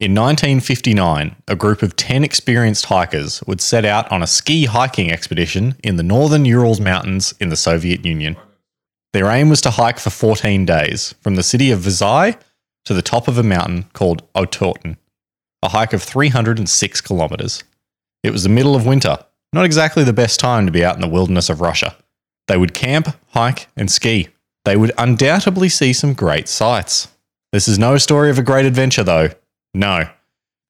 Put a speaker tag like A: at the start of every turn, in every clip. A: In 1959, a group of 10 experienced hikers would set out on a ski hiking expedition in the northern Urals Mountains in the Soviet Union. Their aim was to hike for 14 days from the city of Visay to the top of a mountain called Otorten, a hike of 306 kilometers. It was the middle of winter, not exactly the best time to be out in the wilderness of Russia. They would camp, hike, and ski. They would undoubtedly see some great sights. This is no story of a great adventure, though. No,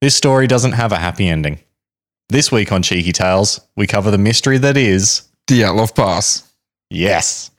A: this story doesn't have a happy ending. This week on Cheeky Tales, we cover the mystery that is.
B: Dyatlov Pass.
A: Yes!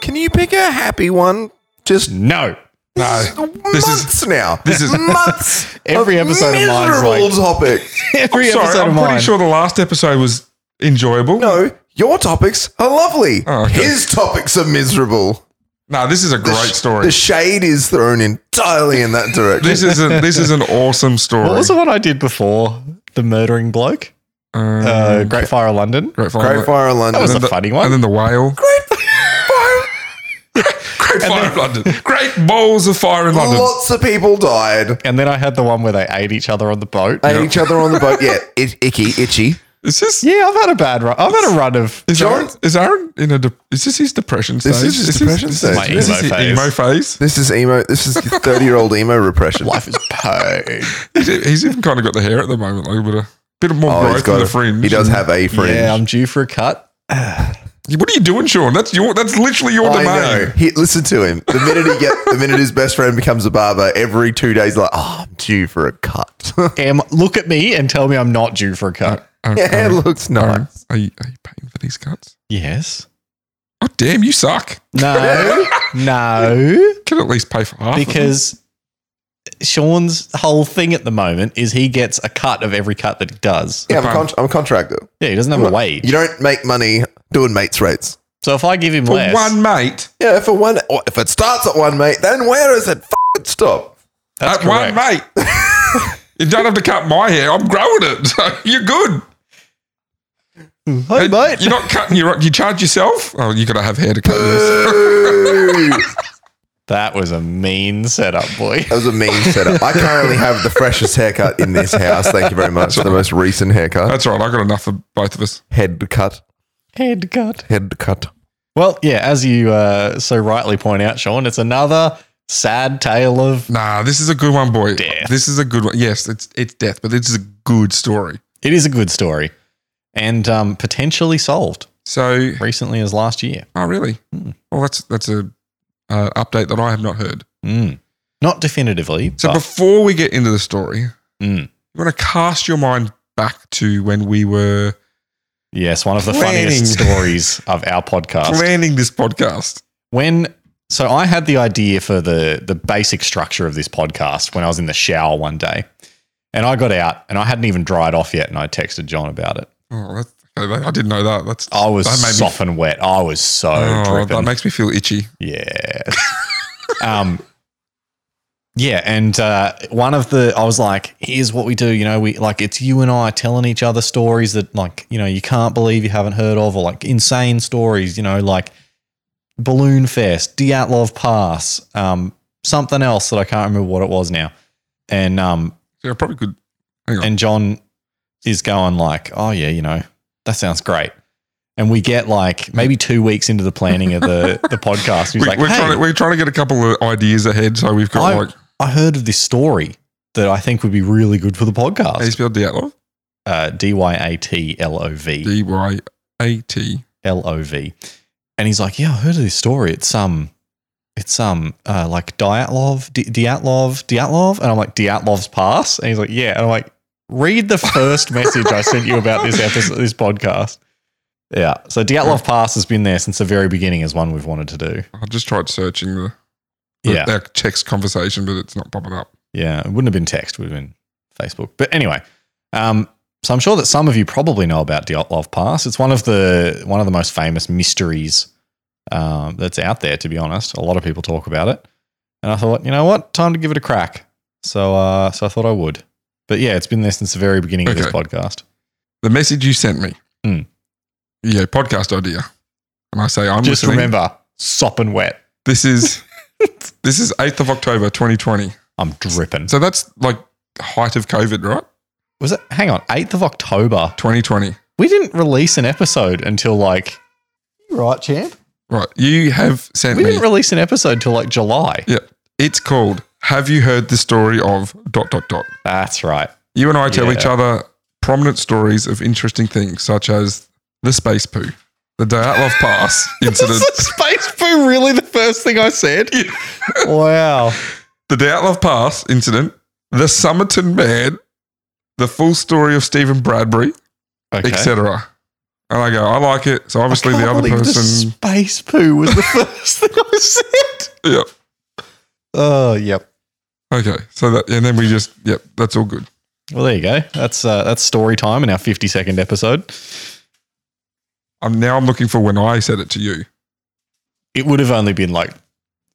C: Can you pick a happy one? Just
A: No!
B: No,
C: this
B: this
C: is months now.
B: this is-
C: months.
A: Every episode of mine's
C: miserable
A: like-
C: topic.
A: Every
B: Sorry,
A: episode
B: I'm
A: of mine.
B: pretty sure the last episode was enjoyable. No,
C: No, your topics are lovely.
B: Oh, okay.
C: His topics are miserable.
B: this is a
C: The
B: great
C: sh-
B: story.
C: The shade is thrown entirely in that direction.
B: this is a, this is an awesome story.
A: What was the one I did before? The murdering bloke?
B: Um,
A: Uh, Great Fire of London?
B: great fire.
C: Great Fire of London.
A: That was
B: and
A: a
B: the-
A: funny
B: And
A: one.
B: then the whale.
C: Great Fire.
B: Great fire in London. Great balls of fire in London.
C: Lots of people died.
A: And then I had the one where they ate each other on the boat.
C: Ate each other on the boat. Yeah, it, icky, itchy.
B: Is this?
A: yeah, I've had a bad run. I've had a run of.
B: Is
C: John-
B: Aaron, is Aaron in a? De- is this his depression stage?
C: This is his
B: this
C: depression
B: this
C: stage.
A: My
B: this
A: emo
B: is the
A: phase.
B: emo phase.
C: This is emo. This is thirty-year-old emo repression. Oh,
A: Life is pain.
B: He's, e, he's even kind of got the hair at the moment, like a bit of bit of more
C: Oh,
B: growth
C: he's
B: in
C: got.
B: the
C: A,
B: fringe.
C: he does have a fringe.
A: Yeah, I'm due for a cut.
B: What are you doing, Sean? That's your. That's literally your
C: I
B: domain.
C: know. He, listen to him. The minute he get, the minute his best friend becomes a barber, every two days, like, oh, I'm due for a cut.
A: Em, look at me and tell me I'm not due for a cut.
B: Aaron,
C: yeah, it
B: Aaron,
C: looks
B: Aaron,
C: nice.
B: are you, are you paying for these cuts?
A: Yes.
B: Oh damn, you suck.
A: No. no.
B: Can at least pay for half. of them.
A: Because Sean's whole thing at the moment is he gets a cut of every cut that he does.
C: Yeah, I'm a, con- I'm a contractor.
A: Yeah, he doesn't have a wage.
C: You don't make money doing mates rates.
A: So if I give him
B: for
A: less,
B: one mate,
C: Yeah, for one, or if it starts at one mate, then where does it f- stop?
A: that's
B: at one
A: correct.
B: mate. you don't have to cut my hair. I'm growing it. So you're good.
A: Hey, mate.
B: You're not cutting your. You charge yourself. Oh, you gotta have hair to cut yours.
C: Ooh.
A: That was a mean setup, boy.
C: That was a mean setup. I currently have the freshest haircut in this house. Thank you very much. The most recent haircut,
B: That's all right. I got enough for both of us.
C: head cut,
A: Head cut.
C: head cut.
A: Well, yeah, as you uh, so rightly point out, Sean, it's another sad tale of.
B: Nah, this is a good one, boy.
A: Death.
B: This is a good one. Yes, it's it's death, but this is a good story.
A: It is a good story, and um, potentially solved
B: So,
A: recently as last year.
B: oh really?
A: Hmm.
B: Well, that's that's a uh, update that I have not heard.
A: Mm. Not definitively.
B: So
A: but-
B: before we get into the story,
A: Mm.
B: you want to cast your mind back to when we were
A: yes, one of the
B: Planning.
A: funniest stories of our podcast.
B: planning this podcast.
A: when so I had the idea for the the basic structure of this podcast when I was in the shower one day, and I got out and I hadn't even dried off yet, and I texted John about it.
B: Oh, that's, okay, I didn't know that. That's
A: I was
B: That made me-
A: soft and wet. Oh, I was so
B: oh,
A: dripping.
B: that makes me feel itchy.
A: Yes. um, yeah, and uh, one of the I was like, here's what we do. You know, we like it's you and I telling each other stories that like you know you can't believe you haven't heard of, or like insane stories. You know, like Balloon Fest, Dyatlov Pass, um, something else that I can't remember what it was now. And um,
B: So I probably could. Hang on.
A: and John is going like, oh yeah, you know, that sounds great. And we get like maybe two weeks into the planning of the, the podcast. He's
B: we,
A: like,
B: are
A: hey,
B: trying to, we're trying to get a couple of ideas ahead, so we've got
A: I-
B: like
A: I heard of this story that I think would be really good for the
B: how do you
A: podcast.
B: spell Dyatlov?
A: Uh, D Y A T L O V
B: D Y A T.
A: L O V, and he's like, "Yeah, I heard of this story. It's um, it's um, uh, like Dyatlov, D- Dyatlov, Dyatlov." And I'm like, "Dyatlov's pass," and he's like, "Yeah," and I'm like, "Read the first message I sent you about this episode, this podcast." Yeah, so Dyatlov Pass has been there since the very beginning as one we've wanted to do.
B: I just tried searching the, the
A: Yeah,
B: our text conversation, but it's not popping up.
A: Yeah, it wouldn't have been text, it would have been Facebook. But anyway, um, so I'm sure that some of you probably know about Dyatlov Pass. It's one of the one of the most famous mysteries um, that's out there. To be honest, a lot of people talk about it, and I thought, you know what, time to give it a crack. So, uh, so I thought I would. But yeah, it's been there since the very beginning of this
B: Okay.
A: podcast.
B: The message you sent me.
A: Mm.
B: Yeah, podcast idea. And I say, I'm
A: Just
B: listening.
A: remember, sopping wet.
B: This is this is 8th of October 2020.
A: I'm dripping.
B: So that's like height of COVID, right?
A: Was it? Hang on, eighth of October.
B: 2020.
A: We didn't release an episode until like. You right, champ?
B: Right. You have sent
A: We
B: me.
A: didn't release an episode till like July.
B: yeah. It's called Have You Heard the Story of dot dot dot.
A: That's right.
B: You and I tell
A: Yeah.
B: each other prominent stories of interesting things such as the space poo, the Dyatlov Pass
A: Is
B: incident,
A: the space poo really the first thing I said?
B: Yeah.
A: wow.
B: the Dyatlov Pass incident, the Summerton man, the full story of Stephen Bradbury,
A: Okay.
B: etc. And I go, I like it. So obviously
A: Can't
B: the other
A: believe The
B: person,
A: space poo was the first thing I said.
B: yeah.
A: Oh, yep.
B: Okay, so that and then we just yep, that's all good.
A: Well, there you go. That's uh, that's story time in our fifty-second episode.
B: I'm now I'm looking for when I said it to you.
A: It would have only been like,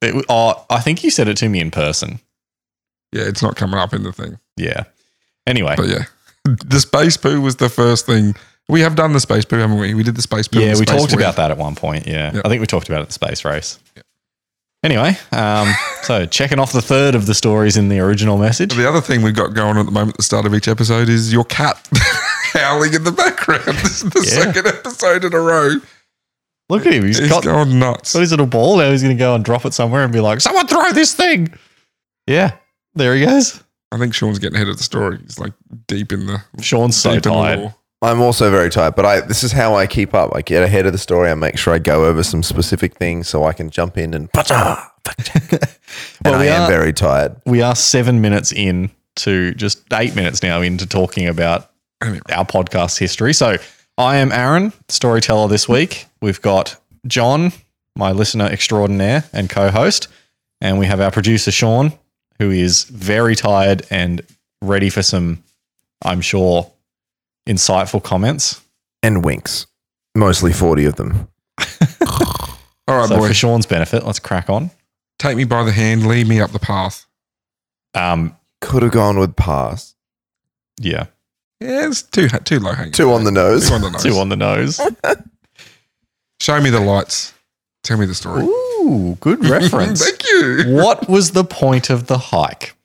A: it, w- oh, I think you said it to me in person.
B: Yeah, it's not coming up in the thing,
A: Yeah. Anyway,
B: but yeah, the space poo was the first thing we have done. The space poo, haven't we? We did the space poo. and
A: yeah,
B: the
A: we
B: space
A: talked
B: wheel.
A: about that at one point. Yeah,
B: Yep.
A: I think we talked about it at the space race. Anyway, um, so checking off the third of the stories in the original message.
B: The other thing we've got going at the moment at the start of each episode is your cat howling in the background. This is the
A: Yeah.
B: second episode in a row.
A: Look at him. He's
B: He's
A: got, got
B: going nuts.
A: his little ball. Now he's going to go and drop it somewhere and be like, someone throw this thing. Yeah, there he goes.
B: I think Sean's getting ahead of the story. He's like deep in the
A: Sean's so
B: deep in the
A: tired.
B: lore.
C: I'm also very tired, but I this is how I keep up. I get ahead of the story. I make sure I go over some specific things so I can jump in and. Well, and
A: Well,
C: I
A: we
C: am
A: are-
C: very tired.
A: We are seven minutes in to just eight minutes now into talking about
B: Anyway.
A: our podcast history. So I am Aaron, storyteller this week. We've got John, my listener extraordinaire and co host. And we have our producer, Sean, who is very tired and ready for some, I'm sure, insightful comments.
C: And winks, mostly forty of them.
B: All right,
A: so,
B: boy,
A: for Sean's benefit, let's crack on.
B: take me by the hand, lead me up the path.
A: Um,
C: Could have gone with pass.
A: yeah,
B: Yeah, it's too too low hanging.
C: Two on the nose.
B: Two on the nose.
A: two on the nose.
B: Show me the lights. Tell me the story.
A: Ooh, good reference.
B: Thank you.
A: what was the point of the hike?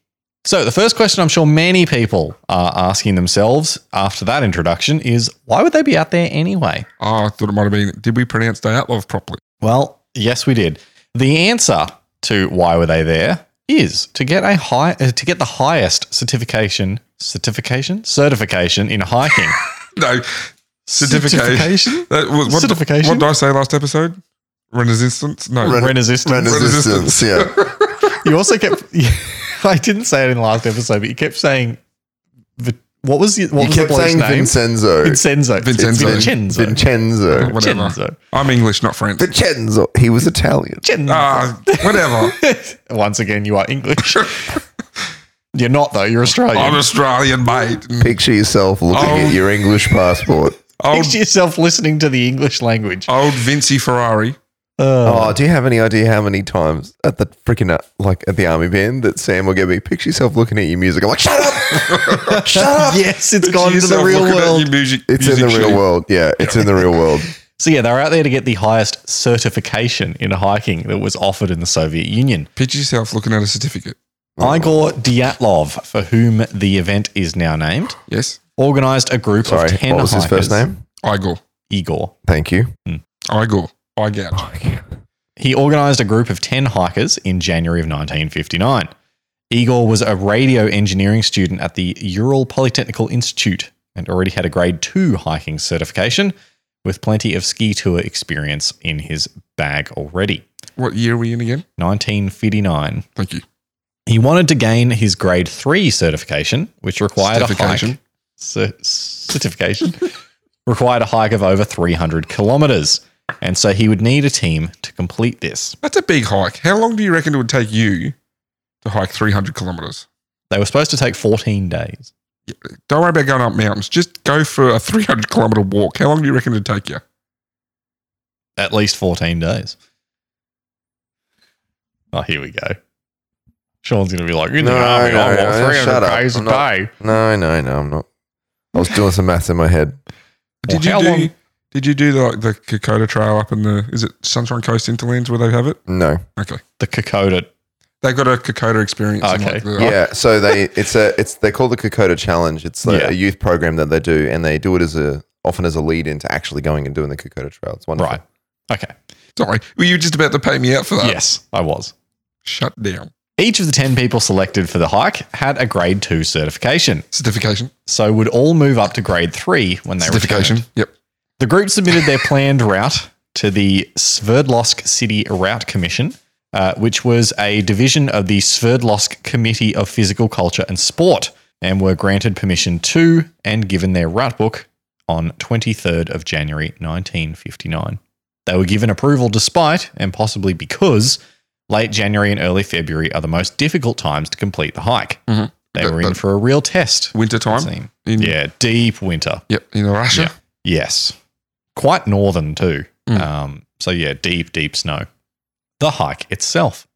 A: So, the first question I'm sure many people are asking themselves after that introduction is why would they be out there anyway?
B: Oh, I thought it might have been. Did we pronounce Dyatlov properly?
A: Well, yes, we did. The answer to why were they there is to get a high uh, to get the highest certification certification certification in hiking.
B: No, certification. That was, what,
A: Certification?
B: What did I say last episode? Renaissance? No.
C: Ren-
A: Resistance.
C: Resistance, yeah.
A: You also kept. I didn't say it in the last episode, but you kept saying. Vi- What was the, what
C: You
A: was
C: kept
A: the bloke's
C: saying
A: name?
C: Vincenzo.
A: Vincenzo.
B: Vincenzo.
A: Vincenzo.
C: Vincenzo.
B: whatever.
A: Vincenzo.
B: I'm English, not French.
C: Vincenzo. He was Italian.
A: Vincenzo.
B: Ah, whatever.
A: Once again, you are English. You're not though. You're Australian.
B: I'm Australian, mate.
C: Picture yourself looking
B: Oh.
C: at your English passport.
B: Old,
A: Picture yourself listening to the English language.
B: old Vinci Ferrari.
C: Oh, do you have any idea how many times at the freaking uh, like at the army band that Sam will get me? Picture yourself looking at your music. I'm like, shut up, shut up.
A: Ah. yes, it's gone to the
B: Yourself
A: real
B: looking at
A: world.
B: your music,
C: It's in
B: music
C: the real
B: sheet.
C: world. Yeah, it's in the real world.
A: So yeah, they're out there to get the highest certification in hiking that was offered in the Soviet Union.
B: Picture yourself looking at a certificate.
C: Oh.
A: Igor Dyatlov, for whom the event is now named,
B: Yes,
A: organized a group
C: Sorry,
A: of ten.
C: what was his
A: hikers.
C: first name?
B: Igor.
A: Igor.
C: Thank you.
B: Igor. I get.
A: He organized a group of 10 hikers in January of 1959. Igor was a radio engineering student at the Ural Polytechnical Institute and already had a grade 2 hiking certification with plenty of ski tour experience in his bag already.
B: What year are we in again?
A: 1959.
B: Thank you.
A: He wanted to gain his grade 3 certification, which required a hike
B: Certification.
A: cer- certification required a hike of over 300 kilometers. And so he would need a team to complete this.
B: That's a big hike. How long do you reckon it would take you to hike 300 kilometers?
A: They were supposed to take 14 days.
B: Don't worry about going up mountains. Just go for a 300 kilometer walk. How long do you reckon it'd take you?
A: At least 14 days. Oh, here we go. Sean's going to be like, you know,
C: No,
A: I
C: no,
A: walk
C: no,
A: 300
C: shut up.
A: days a
C: I'm not-
A: day.
C: No, no, no. I'm not. I was doing some maths in my head.
A: Well,
B: Did you
A: how
B: do?
A: long-
B: Did you do the, like the Kokoda Trail up in the? Is it Sunshine Coast Interlands where they have it?
C: No.
B: Okay,
A: The Kokoda.
B: they've got a Kokoda experience. in,
A: Okay.
B: like, the-
C: Yeah, so they it's a it's they call the Kokoda Challenge. It's like
A: Yeah.
C: a youth program that they do, and they do it as a often as a lead into actually going and doing the Kokoda Trail. It's wonderful.
A: Right. Okay.
B: Sorry, were you just about to pay me out for that?
A: Yes, I was.
B: Shut down.
A: Each of the 10 people selected for the hike had a grade 2 certification,
B: Certification.
A: so would all move up to grade 3 when they
B: Certification.
A: returned.
B: Yep.
A: The group submitted their planned route to the Sverdlovsk City Route Commission, uh, which was a division of the Sverdlovsk Committee of Physical Culture and Sport, and were granted permission to and given their route book on 23rd of January 1959. They were given approval despite, and possibly because, late January and early February are the most difficult times to complete the hike.
B: Mhm.
A: They
B: That-
A: were in
B: that-
A: for a real test. it
B: Winter time.
A: seemed.
B: In,
A: Yeah, deep winter.
B: Yep. In Russia.
A: Yeah. Yes. Quite northern too.
B: Mm.
A: Um, so, yeah, deep, deep snow. The hike itself.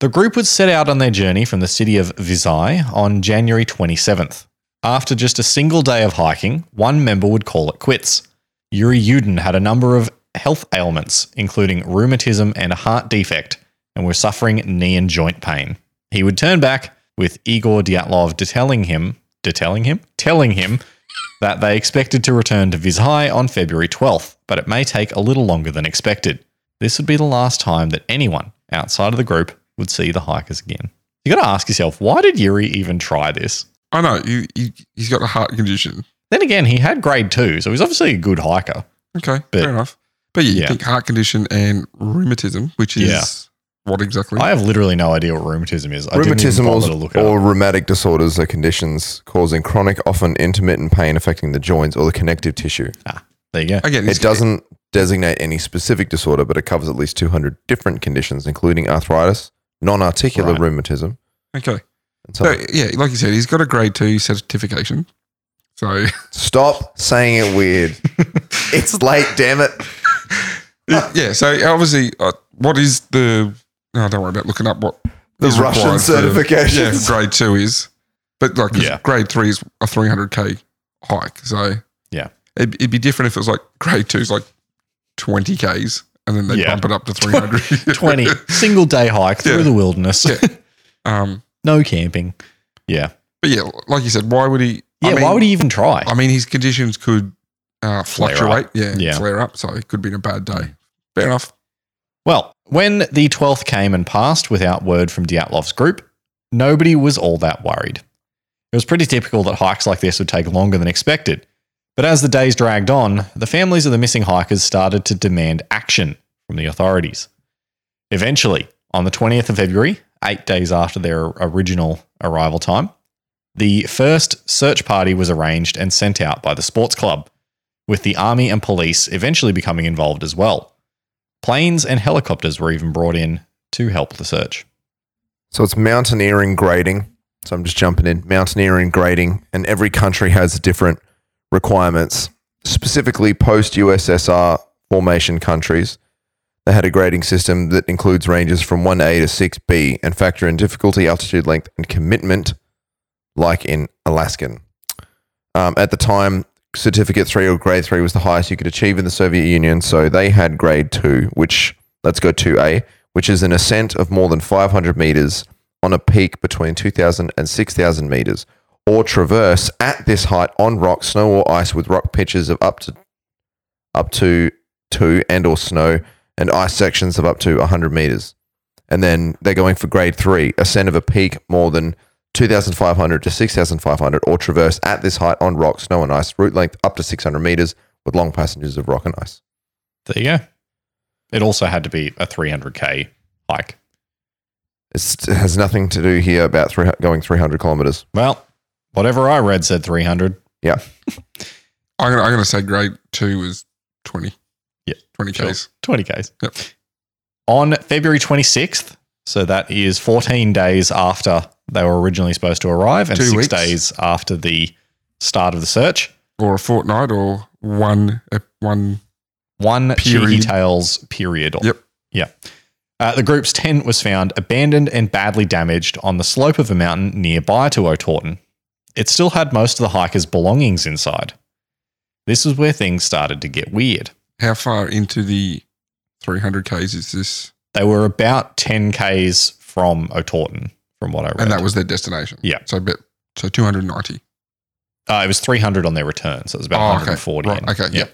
A: The group would set out on their journey from the city of Visay on January 27th. After just a single day of hiking, one member would call it quits. Yuri Yudin had a number of health ailments, including rheumatism and a heart defect, and were suffering knee and joint pain. He would turn back with Igor Dyatlov detailing him, detailing him, telling him that they expected to return to Vizhai on February 12th, but it may take a little longer than expected. This would be the last time that anyone outside of the group would see the hikers again. You got to ask yourself, why did Yuri even try this?
B: I know. You, you, he's got a heart condition.
A: Then again, he had grade two, so he's obviously a good hiker.
B: Okay.
A: But-
B: fair enough. But yeah, you
A: Yeah.
B: think heart condition and rheumatism, which is what exactly?
A: I have literally no idea what rheumatism is. I
C: Rheumatism
A: didn't
C: or,
A: even bother to look it up.
C: rheumatic disorders are conditions causing chronic, often intermittent pain affecting the joints or the connective tissue.
A: There you go.
B: Again,
C: It doesn't designate any specific disorder, but it covers at least 200 different conditions, including arthritis, non articular
A: Right.
C: rheumatism.
B: Okay.
C: And so,
B: So, yeah, like you said, he's got a grade two certification. So
C: stop saying it weird. it's late, damn it.
B: yeah, so obviously, uh, what is the? No, don't worry about looking up what
C: The
B: is
C: Russian
B: required for-
C: certifications.
B: yeah, for grade two is, but like 'cause
A: Yeah.
B: grade three is a three hundred k hike. So
A: Yeah.
B: it'd, it'd be different if it was like grade two is like twenty k's, and then they
A: Yeah.
B: bump it up to three hundred
A: 20 single day hike through
B: Yeah.
A: the wilderness.
B: Yeah. um,
A: no camping. Yeah.
B: but yeah, like you said, why would he?
A: Yeah.
B: I mean,
A: why would he even try?
B: I mean, his conditions could uh,
A: Flare up.
B: fluctuate. Yeah,
A: Yeah.
B: flare up. So it could be a bad day. Fair enough.
A: Well, when the 12th came and passed without word from Dyatlov's group, nobody was all that worried. It was pretty typical that hikes like this would take longer than expected. But as the days dragged on, the families of the missing hikers started to demand action from the authorities. Eventually, on the 20th of February, eight days after their original arrival time, the first search party was arranged and sent out by the sports club, with the army and police eventually becoming involved as well. Planes and helicopters were even brought in to help the search.
C: So it's mountaineering grading. So I'm just jumping in. Mountaineering grading, and every country has different requirements. Specifically, post USSR formation countries, they had a grading system that includes ranges from 1A to 6B and factor in difficulty, altitude, length, and commitment, like in Alaskan. Um, at the time, certificate three or grade three was the highest you could achieve in the Soviet Union. So they had grade two, which let's go 2A, which is an ascent of more than 500 meters on a peak between 2,000 and 6,000 meters, or traverse at this height on rock, snow, or ice with rock pitches of up to up to two and or snow and ice sections of up to 100 meters. And then they're going for grade three, ascent of a peak more than 2,500 to 6,500, or traverse at this height on rock, snow, and ice, route length up to 600 meters with long passages of rock and ice.
A: There you go. It also had to be a 300k hike.
C: It's, it has nothing to do here about three, going 300 kilometers.
A: Well, whatever I read said 300.
B: I'm gonna, I'm gonna say grade two was twenty.
A: Yeah.
B: twenty
A: Sure.
B: k's.
A: 20Ks.
B: Yep.
A: On February 26th, so that is 14 days after they were originally supposed to arrive and
B: Two
A: six
B: weeks.
A: days after the start of the search,
B: or a fortnight or one uh, one
A: one Cheeky
B: Period.
A: Tales period.
B: Yep.
A: Yeah. Uh, the group's tent was found abandoned and badly damaged on the slope of a mountain nearby to Otorton. It still had most of the hikers' belongings inside. This is where things started to get weird.
B: How far into the 300Ks is this?
A: They were about 10Ks from Otorton, from what I read.
B: And that was their destination.
A: Yeah.
B: So, bit, so 290.
A: Uh, it was 300 on their return, so it was about
B: Oh, okay.
A: 140.
B: Right.
A: in.
B: Okay, yeah.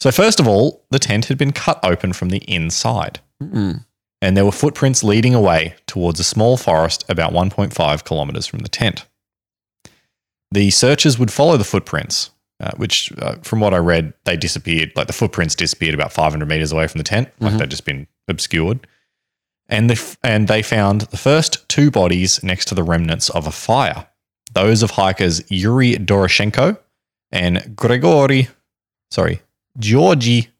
A: So first of all, the tent had been cut open from the inside,
B: Mm.
A: and there were footprints leading away towards a small forest about 1.5 kilometers from the tent. The searchers would follow the footprints, uh, which, uh, from what I read, they disappeared. Like the footprints disappeared about 500 meters away from the tent, like
B: Mhm.
A: they'd just been obscured. And they f- and they found the first two bodies next to the remnants of a fire. Those of hikers Yuri Doroshenko and Grigori, sorry, Georgy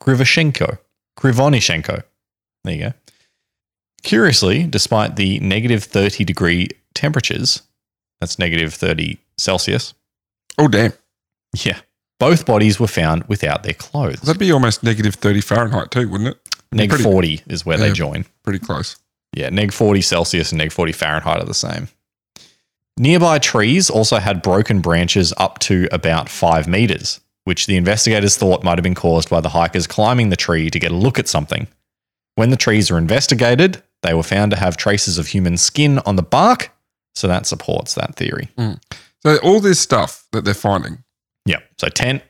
A: Krivoshenko. Krivonishenko. There you go. Curiously, despite the negative 30 degree temperatures, that's negative 30 Celsius.
B: Oh, damn.
A: Yeah. Both bodies were found without their clothes.
B: That'd be almost negative 30 Fahrenheit, too, wouldn't it?
A: neg
B: pretty-
A: 40 is where they
B: Yeah.
A: join.
B: Pretty close.
A: Yeah, neg 40 Celsius and neg 40 Fahrenheit are the same. Nearby trees also had broken branches up to about five meters, which the investigators thought might have been caused by the hikers climbing the tree to get a look at something. When the trees were investigated, they were found to have traces of human skin on the bark, so that supports that theory.
B: So, all this stuff that they're finding,
A: Yeah, so tent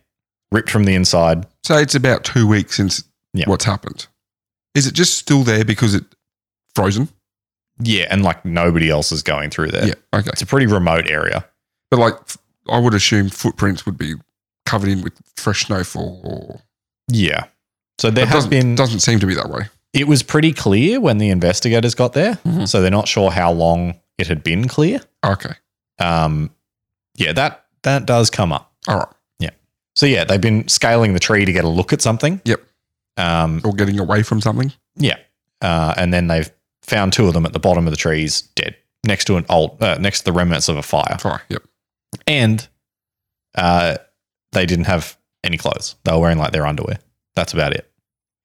A: ripped from the inside.
B: say it's about two weeks since
A: Yeah.
B: what's happened. Is it just still there because it frozen?
A: Yeah, and like nobody else is going through there.
B: yeah. Okay.
A: It's a pretty remote area.
B: But like, f- I would assume footprints would be covered in with fresh snowfall, or
A: Yeah. So there
B: But
A: has
B: doesn't,
A: been
B: doesn't seem to be that way.
A: It was pretty clear when the investigators got there,
B: Mhm.
A: so they're not sure how long it had been clear.
B: Okay,
A: Um, yeah, that that does come up.
B: all right,
A: So yeah, they've been scaling the tree to get a look at something.
B: Yep.
A: Um,
B: or getting away from something.
A: yeah, uh, and then they've found two of them at the bottom of the trees, dead next to an old uh, next to the remnants of a fire,
B: Fine. Yep.
A: and uh, they didn't have any clothes. They were wearing like their underwear. That's about it.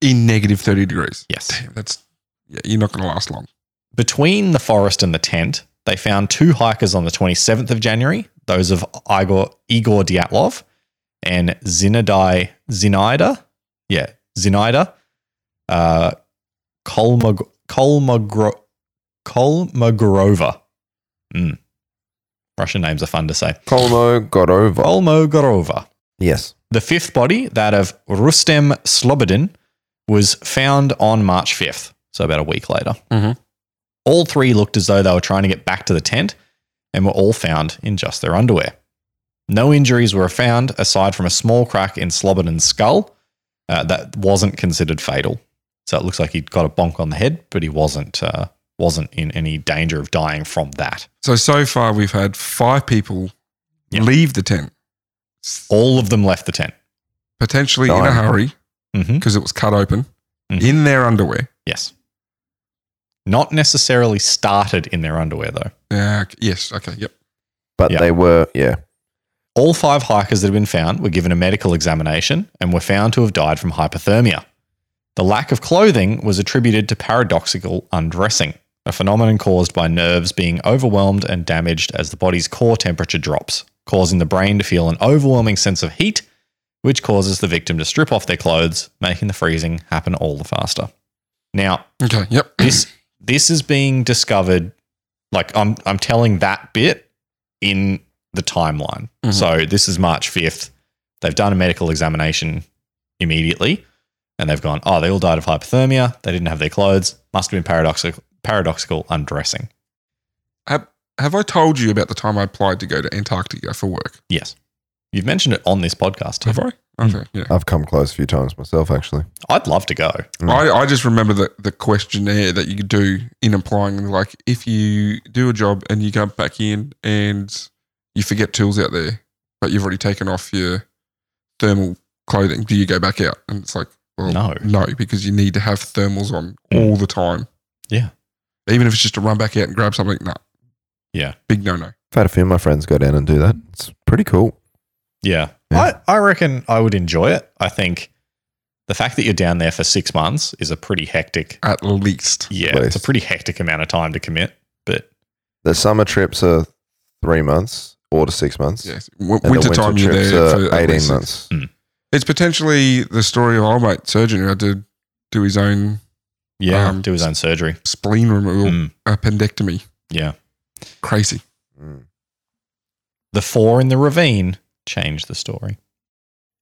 B: In negative thirty degrees.
A: Yes.
B: Damn, that's yeah. You're not going to last long.
A: Between the forest and the tent, they found two hikers on the 27th of January, those of Igor, Igor Dyatlov and Zinadai Zinaida. Yeah, Zinaida. Uh, Kolmog- Kolmogro- Kolmogorova. Mm. Russian names are fun to say.
C: Kolmo got over.
A: Kolmogorova.
C: Yes.
A: The fifth body, that of Rustem Slobodin, was found on March 5th, so about a week later.
B: Mhm.
A: All three looked as though they were trying to get back to the tent and were all found in just their underwear. No injuries were found aside from a small crack in Slobodin's skull uh, that wasn't considered fatal. So it looks like he got a bonk on the head, but he wasn't uh, wasn't in any danger of dying from that.
B: So so far we've had five people
A: Yeah.
B: leave the tent,
A: All of them left the tent.
B: potentially in a
C: Nine.
B: hurry
A: hmm
B: because it was cut open,
A: Mhm.
B: in their underwear.
A: Yes. Not necessarily started in their underwear, though.
B: Yeah. ok- Yes. Okay. Yep.
C: But
A: Yeah.
C: they were, yeah.
A: All five hikers that have been found were given a medical examination and were found to have died from hypothermia. The lack of clothing was attributed to paradoxical undressing, a phenomenon caused by nerves being overwhelmed and damaged as the body's core temperature drops, causing the brain to feel an overwhelming sense of heat, which causes the victim to strip off their clothes, making the freezing happen all the faster. Now,
B: Okay. Yep.
A: this this is being discovered like I'm I'm telling that bit in the timeline.
B: Mhm.
A: So this is March 5th. They've done a medical examination immediately and they've gone, "Oh, they all died of hypothermia. They didn't have their clothes. Must have been paradoxical paradoxical undressing."
B: have, have I told you about the time I applied to go to Antarctica for work?
A: Yes. You've mentioned it on this podcast.
B: Have
A: Too.
B: I? Okay. Yeah.
C: I've come close a few times myself, actually.
A: I'd love to go.
C: Mm.
B: I, I just remember the, the questionnaire that you could do in applying. Like, if you do a job and you come back in and you forget tools out there, but you've already taken off your thermal clothing, do you go back out? And it's like, well,
A: No.
B: No, because you need to have thermals on
A: Mm.
B: all the time.
A: Yeah.
B: Even if it's just to run back out and grab something, no.
A: Yeah.
B: Big no no.
C: I've had a few of my friends go down and do that. It's pretty cool.
A: Yeah.
C: Yeah.
A: I, I reckon I would enjoy it. I think the fact that you're down there for 6 months is a pretty hectic
B: At least.
A: Yeah,
C: place.
A: it's a pretty hectic amount of time to commit, but
C: The summer trips are three months four to six months.
B: Yes. W-
C: And the
B: winter time, you're
C: trips
B: there
C: are
B: for at least
C: eighteen
B: six.
C: months.
B: It's potentially the story of our mate surgeon who had to do his own
A: Yeah,
B: Um,
A: do his own surgery.
B: spleen removal,
A: Mm,
B: appendectomy.
A: yeah.
B: Crazy.
C: Mm.
A: The four in the ravine change the story.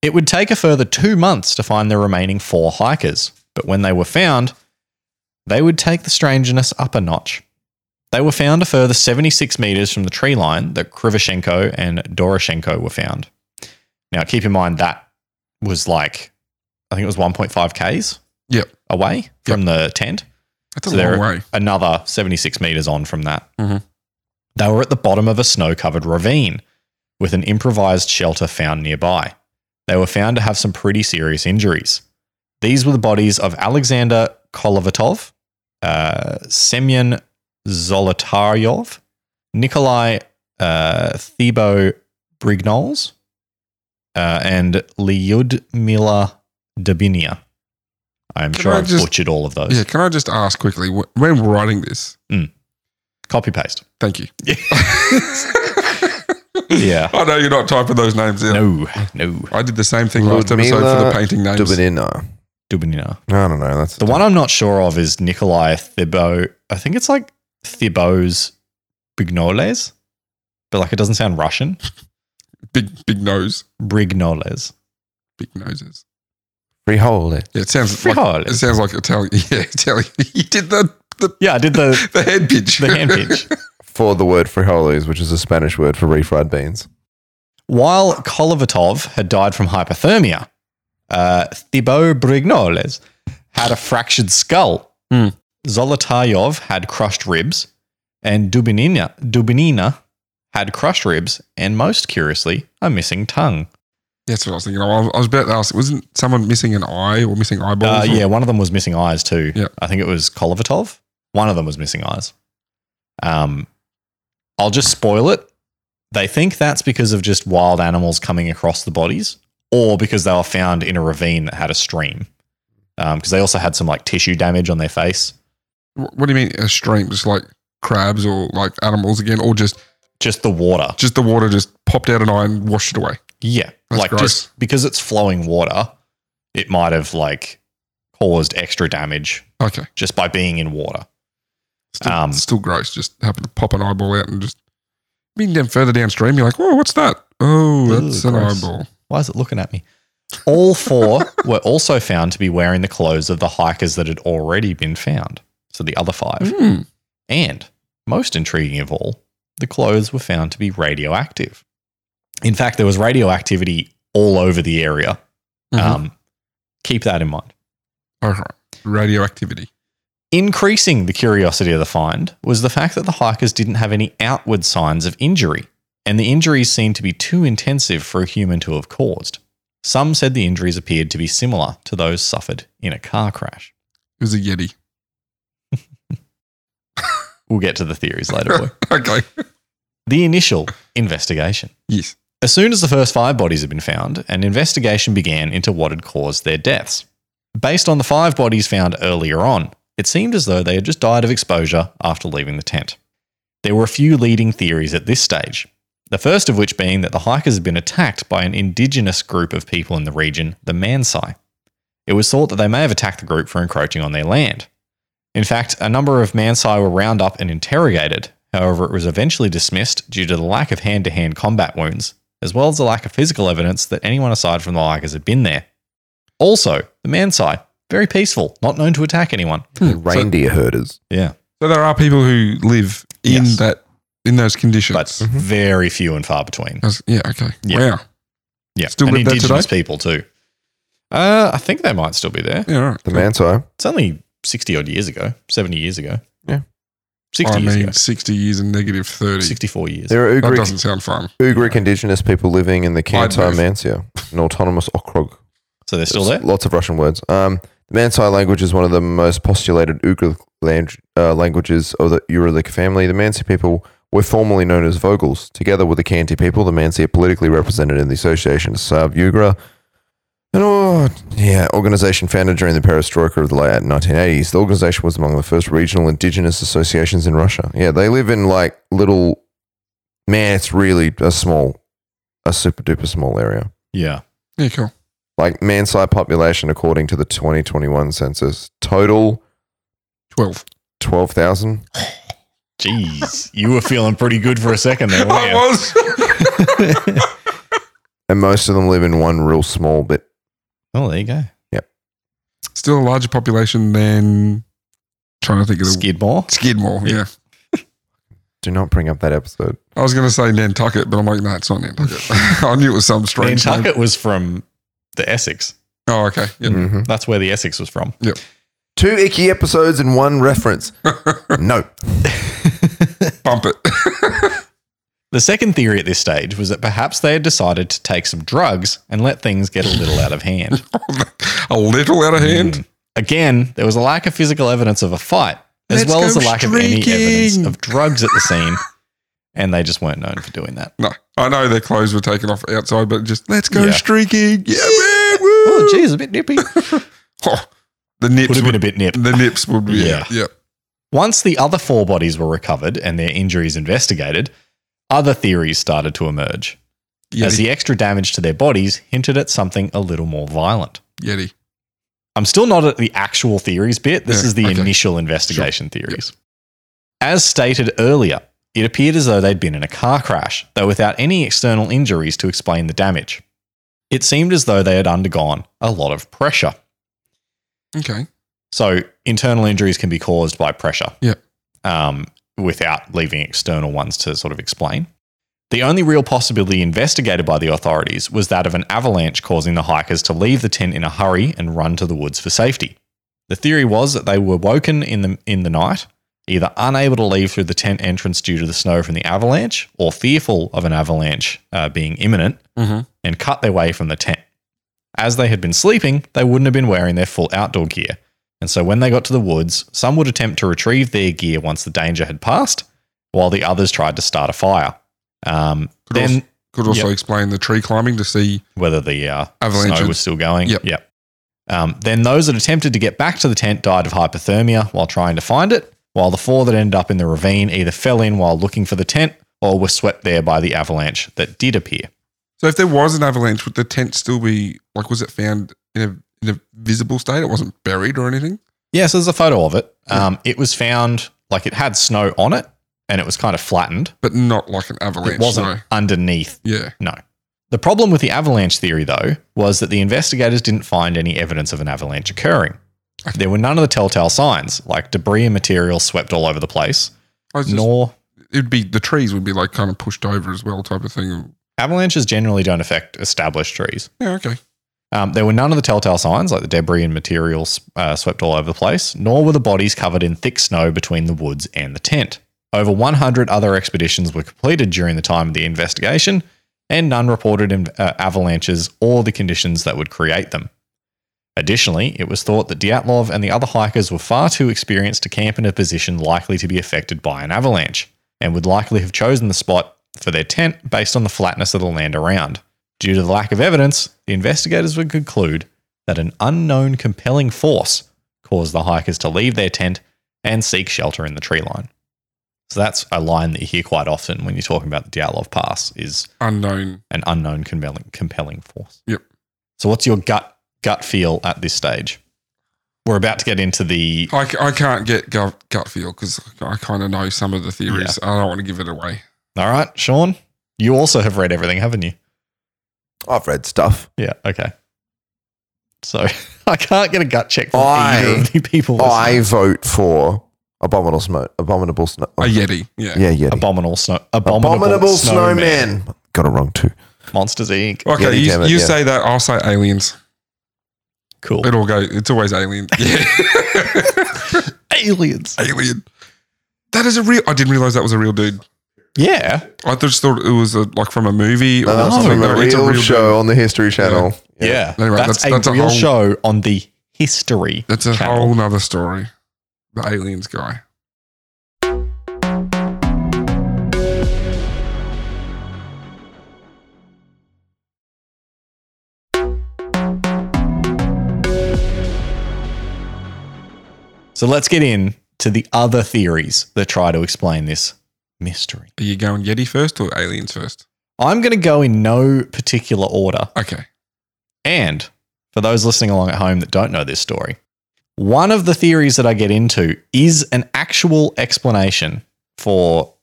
A: It would take a further two months to find the remaining four hikers, but when they were found, they would take the strangeness up a notch. They were found a further 76 meters from the tree line that Krivoshenko and Doroshenko were found. Now, keep in mind that was like, I think it was 1.5 Ks
B: Yep.
A: away from the tent.
B: That's a
A: So
B: long
A: they're-
B: way.
A: another 76 meters on from that.
B: Mhm.
A: They were at the bottom of a snow covered ravine with an improvised shelter found nearby. They were found to have some pretty serious injuries. These were the bodies of Alexander Kolovatov, uh, Semyon Zolotaryov, Nikolai uh, Thibaut Brignoles, uh, and Lyudmila Dabinia. I'm
B: Can
A: sure
B: I
A: I've
B: just-
A: butchered all of those.
B: Yeah. Can I just ask quickly wh- when we're writing this?
A: Copy paste.
B: Thank you.
A: Yeah.
B: I know you're not typing those names out.
A: No, no.
B: I did the same thing last episode for
C: Ludmila
B: the painting names.
C: Dubinina.
A: Dubinina.
C: I don't know. That's
A: The one I'm not sure of is Nikolai Thibault. I think it's like Thibaut's Brignoles, but like it doesn't sound Russian.
B: Big, big nose.
A: Brignoles.
B: Big noses.
C: freehold.
B: Yeah, it sounds like
A: Frijoles.
B: it sounds like Italian. Yeah, Italian. You did the the,
A: Yeah, I did the,
B: the hand pitch.
A: Uh, the hand pitch.
C: For the word frijoles, which is a Spanish word for refried beans.
A: While Kolovatov had died from hypothermia, uh, Thibaut Brignoles had a fractured skull.
B: Hmm.
A: Zolotaryov had crushed ribs, and Dubinina, Dubinina had crushed ribs, and most curiously, a missing tongue.
B: That's what I was thinking. I was, I was about to ask. Wasn't someone missing an eye or missing
A: Uh,
B: eyeballs? or-
A: yeah, one of them was missing eyes too.
B: Yeah.
A: I think it was Kolovatov. One of them was missing eyes. Um, I'll just spoil it. They think that's because of just wild animals coming across the bodies, or because they were found in a ravine that had a stream. Because they also had some like tissue damage on their face,
B: Wh- What do you mean a stream? Just like crabs or like animals again, or just
A: just the water.
B: just the water just popped out an eye and washed it away.
A: Yeah,
B: That's
A: like
B: gross.
A: just because it's flowing water, it might have like caused extra damage
B: Okay,
A: just by being in water.
B: still,
A: Um,
B: still gross. Just happened to pop an eyeball out and just. I mean, then further downstream, you're like, "Whoa, what's that? Oh,
A: Ooh,
B: that's an
A: gross.
B: eyeball."
A: Why is it looking at me? All four were also found to be wearing the clothes of the hikers that had already been found. So the other five.
B: Hmm.
A: And most intriguing of all, the clothes were found to be radioactive. In fact, there was radioactivity all over the area.
B: Mhm.
A: Um, keep that in mind.
B: Okay. Radioactivity.
A: Increasing the curiosity of the find was the fact that the hikers didn't have any outward signs of injury, and the injuries seemed to be too intensive for a human to have caused. Some said the injuries appeared to be similar to those suffered in a car crash.
B: It was a yeti.
A: We'll get to the theories later, Oh, boy.
B: okay.
A: The initial investigation.
B: Yes.
A: As soon as the first five bodies had been found, an investigation began into what had caused their deaths. Based on the five bodies found earlier on, it seemed as though they had just died of exposure after leaving the tent. There were a few leading theories at this stage, the first of which being that the hikers had been attacked by an indigenous group of people in the region, the Mansai. It was thought that they may have attacked the group for encroaching on their land. In fact, a number of Mansai were round up and interrogated. However, it was eventually dismissed due to the lack of hand to hand combat wounds, as well as the lack of physical evidence that anyone aside from the hikers had been there. Also, the Mansai, very peaceful, not known to attack anyone.
C: Reindeer herders.
A: Yeah.
B: Hmm. So there are people who live in
A: Yes.
B: that in those conditions.
A: But very few and far between.
B: That's- yeah, okay.
A: Yeah.
B: Wow.
A: Yeah.
B: Mm-hmm. Still
A: and
B: with that
A: indigenous people too. Uh, I think they might still be there.
B: Yeah, all right.
C: The Manti.
A: It's only 60 odd years ago, 70 years ago.
C: Yeah.
A: 60
B: I
A: years
B: mean,
A: ago.
B: sixty years and negative thirty.
A: 64 years.
C: There are
B: that
C: Ugric,
B: doesn't sound fun.
C: Ugric indigenous people living in the Kantai
B: move.
C: Mansia, an autonomous okrug.
A: So they're still there?
C: There's Lots of Russian words. Um, the Mansai language is one of the most postulated Ugric lang- uh, languages of the Uralic family. The Mansi people were formerly known as Vogels. Together with the Kanti people, the Mansi are politically represented in the Association of Sav Ugra. An or- yeah, organization founded during the perestroika of the late 1980s. The organization was among the first regional indigenous associations in Russia. Yeah, they live in like little man, it's really a small, a super duper small area.
A: Yeah.
B: Yeah, cool.
C: Like Mansi population, according to the 2021 census, total
B: 12.
C: 12,000.
A: Jeez, you were feeling pretty good for a second there,
B: I
A: weren't
B: was.
A: you?
C: And most of them live in one real small bit.
A: oh, there you go.
B: Still a larger population than. Trying to think of the.
A: Skidmore.
B: Skidmore, yeah.
C: Do not bring up that episode.
B: I was going to say Nantucket, but I'm like, no, it's not Nantucket. I knew it was some strange name.
A: Nantucket Mm. was from the Essex.
B: Oh, okay. Yeah.
C: Mhm.
A: That's where the Essex was from.
C: Two icky episodes and one reference. no.
B: Bump it.
A: The second theory at this stage was that perhaps they had decided to take some drugs and let things get a little out of hand.
B: a little out of hand.
A: Hmm. Again, there was a lack of physical evidence of a fight, as
B: Let's
A: well
B: go
A: as a lack of any evidence
B: streaking.
A: of drugs at the scene. and they just weren't known for doing that.
B: No, I know their clothes were taken off outside, but just let's go
A: Yeah.
B: streaking. Yeah, man. Woo.
A: Oh, geez, a bit nippy.
B: Oh, the nips
A: Would have
B: would,
A: been a bit nip.
B: the nips would be
A: Yeah.
B: yeah. yeah.
A: Once the other four bodies were recovered and their injuries investigated, other theories started to emerge, as
B: Yeti.
A: the extra damage to their bodies hinted at something a little more violent.
B: Yeti.
A: I'm still not at the actual theories bit. This
B: Yeah,
A: is the
B: okay.
A: initial investigation theories. As stated earlier, it appeared as though they'd been in a car crash, though without any external injuries to explain the damage. It seemed as though they had undergone a lot of pressure.
B: Okay.
A: So internal injuries can be caused by pressure.
B: Yeah.
A: Um, without leaving external ones to sort of explain. The only real possibility investigated by the authorities was that of an avalanche causing the hikers to leave the tent in a hurry and run to the woods for safety. The theory was that they were woken in the in the night, either unable to leave through the tent entrance due to the snow from the avalanche, or fearful of an avalanche uh, being imminent,
B: Mm-hmm.
A: and cut their way from the tent. As they had been sleeping, they wouldn't have been wearing their full outdoor gear. And so when they got to the woods, some would attempt to retrieve their gear once the danger had passed, while the others tried to start a fire. Um,
B: Could
A: then,
B: also, could also explain the tree climbing to see.
A: whether the uh,
B: Avalanche
A: snow
B: was-
A: was still going.
B: Yep.
A: Yep. Um, then those that attempted to get back to the tent died of hypothermia while trying to find it, while the four that ended up in the ravine either fell in while looking for the tent or were swept there by the avalanche that did appear.
B: So if there was an avalanche, would the tent still be like? Was it found in a in a visible state? It wasn't buried or anything.
A: Yeah, so there's a photo of it. Um, It was found like it had snow on it and it was kind of flattened.
B: but not like an avalanche.
A: It wasn't
B: no.
A: underneath.
B: Yeah.
A: No. The problem with the avalanche theory, though, was that the investigators didn't find any evidence of an avalanche occurring. There were none of the telltale signs, like debris and material swept all over the place,
B: I was just,
A: nor
B: It'd be the trees would be like kind of pushed over as well, type of thing.
A: avalanches generally don't affect established trees.
B: Yeah. Okay.
A: Um, there were none of the telltale signs, like the debris and materials uh, swept all over the place, nor were the bodies covered in thick snow between the woods and the tent. Over 100 other expeditions were completed during the time of the investigation, and none reported in, uh, avalanches or the conditions that would create them. Additionally, it was thought that Dyatlov and the other hikers were far too experienced to camp in a position likely to be affected by an avalanche, and would likely have chosen the spot for their tent based on the flatness of the land around. Due to the lack of evidence, the investigators would conclude that an unknown compelling force caused the hikers to leave their tent and seek shelter in the tree line. So that's a line that you hear quite often when you're talking about the Dyatlov Pass is
B: Unknown.
A: an unknown compelling, compelling force.
B: Yep.
A: So what's your gut gut feel at this stage? We're about to get into the
B: I, c- I can't get gut, gut feel because I kind of know some of the theories. I don't want to give it away.
A: All right, Sean, you also have read everything, haven't you?
C: I've read stuff.
A: Yeah, okay. So I can't get a gut check from
C: I-
A: either of the people. listening.
C: I vote for Abominable Snow. Abominable Snow.
B: A yeti. Oh, Yeah.
C: Yeah, yeah.
A: Abominable snow. Abominable,
C: Abominable,
A: snowman.
C: snowman. Got it wrong too.
A: Monsters Inc.
B: Okay.
C: Yeti,
B: you
C: damn it,
B: you
C: yeah.
B: say that. I'll say aliens.
A: Cool.
B: It all go. It's always alien. Yeah.
A: Aliens.
B: alien. That is a real. I didn't realize that was a real dude.
A: Yeah.
B: I just thought it was a, like from a movie or
C: No, it's
B: something.
C: from a
B: No, it's
C: real, show
B: dude.
C: on the History Channel.
A: Yeah.
B: Anyway,
A: that's,
B: that's-
A: a
B: that's a
A: real
B: whole-
A: show on the history.
B: That's a
A: Channel.
B: whole other story. The aliens guy.
A: So let's get in to the other theories that try to explain this mystery.
B: Are you going Yeti first or aliens first?
A: I'm going to go in no particular order.
B: Okay.
A: And for those listening along at home that don't know this story, one of the theories that I get into is an actual explanation for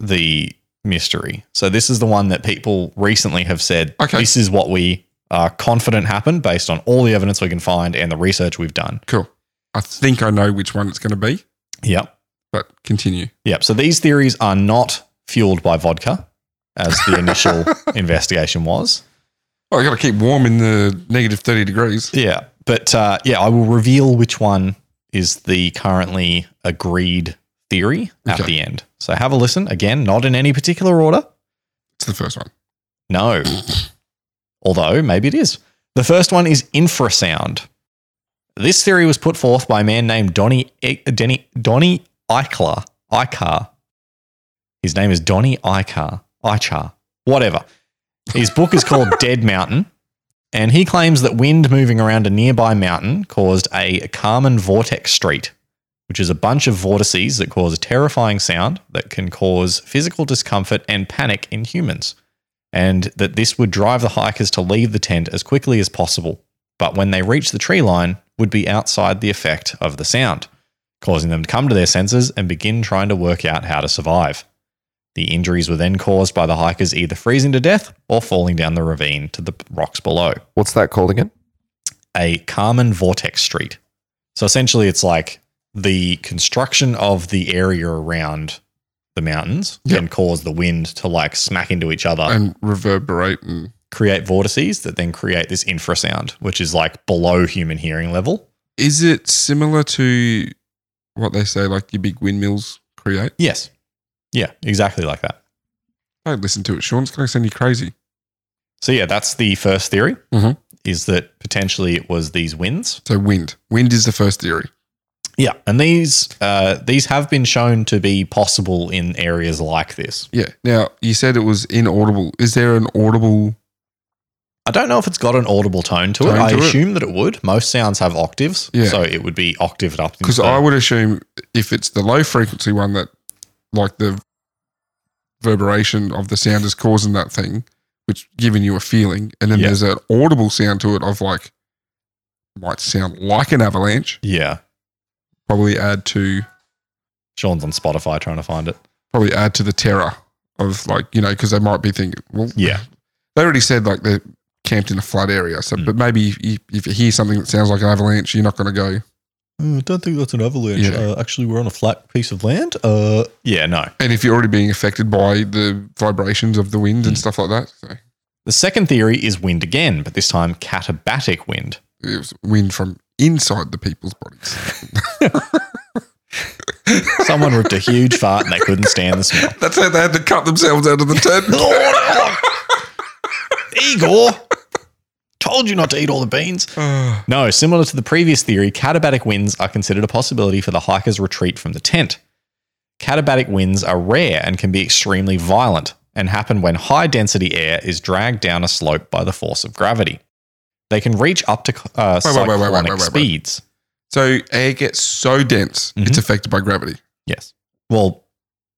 A: the mystery. So this is the one that people recently have said
B: Okay.
A: this is what we are confident happened based on all the evidence we can find and the research we've done.
B: Cool. I think I know which one it's going to be,
A: Yep.
B: but continue.
A: Yep. So these theories are not fueled by vodka as the initial investigation was.
B: Oh, I got to keep warm in the negative 30 degrees.
A: Yeah, but uh, yeah, I will reveal which one is the currently agreed theory at
B: Okay.
A: the end. So have a listen again, not in any particular order.
B: It's the first one.
A: No, although maybe it is. The first one is infrasound. This theory was put forth by a man named Donny E- Denny, Donny Eichler. Icar. His name is Donny Icar. Ichar. Whatever. His book is called Dead Mountain, and he claims that wind moving around a nearby mountain caused a Kármán vortex street, which is a bunch of vortices that cause a terrifying sound that can cause physical discomfort and panic in humans and that this would drive the hikers to leave the tent as quickly as possible, but when they reached the tree line, would be outside the effect of the sound, causing them to come to their senses and begin trying to work out how to survive. The injuries were then caused by the hikers either freezing to death or falling down the ravine to the rocks below,
C: What's that called again?
A: a Carmen vortex street. So essentially, it's like the construction of the area around the mountains
B: Yep.
A: can cause the wind to like smack into each other
B: And reverberate and
A: create vortices that then create this infrasound, which is like below human hearing level.
B: Is it similar to what they say, like your big windmills create?
A: Yes. Yeah, exactly like that.
B: Don't listen to it, Sean. It's going to send you crazy.
A: So yeah, that's the first theory
B: Mhm.
A: is that potentially it was these winds.
B: So wind. Wind is the first theory.
A: Yeah, and these uh, these have been shown to be possible in areas like this.
B: Yeah. Now you said it was inaudible. Is there an audible?
A: I don't know if it's got an audible tone to it.
B: Tone
A: I
B: to it.
A: assume that it would. Most sounds have octaves,
B: Yeah.
A: so it would be octaved up.
B: Because
A: into-
B: I would assume if it's the low frequency one that, like the reverberation of the sound is causing that thing, which giving you a feeling, and then
A: Yeah.
B: there's an audible sound to it of like might sound like an avalanche.
A: yeah,
B: Probably add to
A: Sean's on Spotify trying to find it.
B: probably add to the terror of like you know because they might be thinking well
A: Yeah,
B: they already said like they're camped in a flood area so
A: Mm.
B: but maybe if you, if you hear something that sounds like an avalanche you're not going to go
A: Uh, I don't think that's an avalanche.
B: Yeah.
A: Uh, actually, we're on a flat piece of land. Uh, yeah, no.
B: and if you're already being affected by the vibrations of the wind and
A: Mm.
B: stuff like that so
A: The second theory is wind again, but this time katabatic wind.
B: it was wind from inside the people's bodies
A: Someone ripped a huge fart and they couldn't stand the smell.
B: that's how they had to cut themselves out of the tent
A: Igor, told you not to eat all the beans.
B: Ah,
A: No, similar to the previous theory, katabatic winds are considered a possibility for the hiker's retreat from the tent. Katabatic winds are rare and can be extremely violent and happen when high density air is dragged down a slope by the force of gravity. They can reach up to uh,
B: Wait, wait, wait, wait, wait,
A: cyclonic
B: wait, wait.
A: speeds.
B: so air gets so dense
A: Mhm.
B: it's affected by gravity
A: Yes. Well,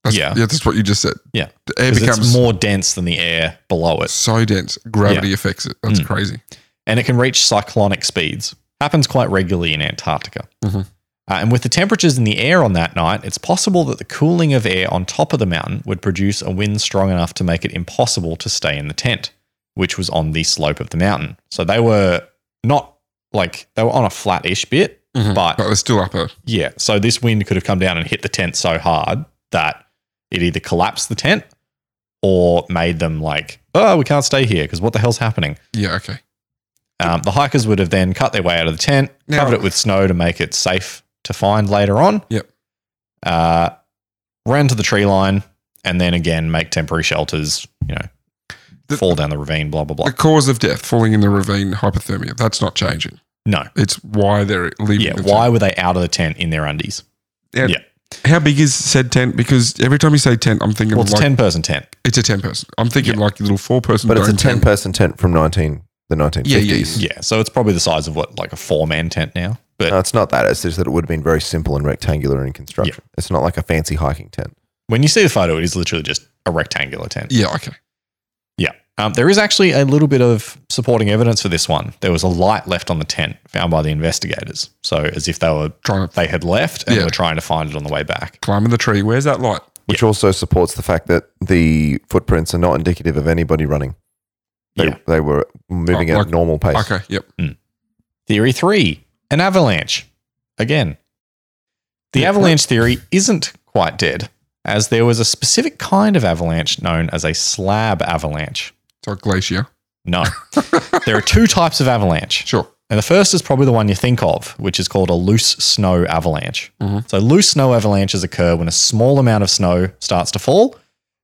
B: that's,
A: Yeah.
B: yeah that's what you just said
A: Yeah.
B: the air
A: 'cause it's
B: becomes
A: more dense than the air below it.
B: so dense gravity affects it that's
A: Mm.
B: crazy
A: and it can reach cyclonic speeds. Happens quite regularly in Antarctica.
B: Mhm.
A: Uh, and with the temperatures in the air on that night, it's possible that the cooling of air on top of the mountain would produce a wind strong enough to make it impossible to stay in the tent, which was on the slope of the mountain. So they were not like they were on a flat ish bit,
B: Mhm.
A: but
B: but they're still up a
A: yeah, so this wind could have come down and hit the tent so hard that it either collapsed the tent or made them like, oh, we can't stay here because what the hell's happening?
B: Yeah, okay.
A: Um, the hikers would have then cut their way out of the tent,
B: Now-
A: covered it with snow to make it safe to find later on.
B: Yep.
A: Uh, ran to the tree line and then again make temporary shelters, you know,
B: The-
A: fall down the ravine, blah, blah, blah.
B: The cause of death, falling in the ravine, hypothermia, that's not changing.
A: no.
B: It's why they're leaving.
A: Yeah.
B: the
A: Why were they out of the tent in their undies?
B: Tent.
A: yeah.
B: How big is said tent? Because every time you say tent, I'm thinking
A: Well, it's
B: like
A: a 10 person tent.
B: it's a ten person. I'm thinking
A: Yeah.
B: like a little four person.
C: But it's a
B: dome
C: ten
B: tent.
C: person tent from nineteen the nineteen
B: Yeah,
C: fifties.
B: yeah,
A: Yeah. So it's probably the size of what, like a four man tent now. But
C: No, it's not that. It's just that it would have been very simple and rectangular in construction. It's not like a fancy hiking tent.
A: When you see the photo, it is literally just a rectangular tent.
B: Yeah, okay.
A: Um, there is actually a little bit of supporting evidence for this one. There was a light left on the tent found by the investigators. So as if they were
B: Trying to
A: they had left and
B: Yeah.
A: were trying to find it on the way back.
B: climb in the tree. Where's that light?
C: which also supports the fact that the footprints are not indicative of anybody running. They,
A: Yeah.
C: they were moving
B: Oh,
C: at
B: like-
C: a normal pace.
B: Okay, yep.
A: Theory three: an avalanche. Again, the
B: Yeah.
A: avalanche theory isn't quite dead, as there was a specific kind of avalanche known as a slab avalanche.
B: So glacier.
A: No, there are two types of avalanche.
B: Sure.
A: And the first is probably the one you think of, which is called a loose snow avalanche.
B: Mhm.
A: So, loose snow avalanches occur when a small amount of snow starts to fall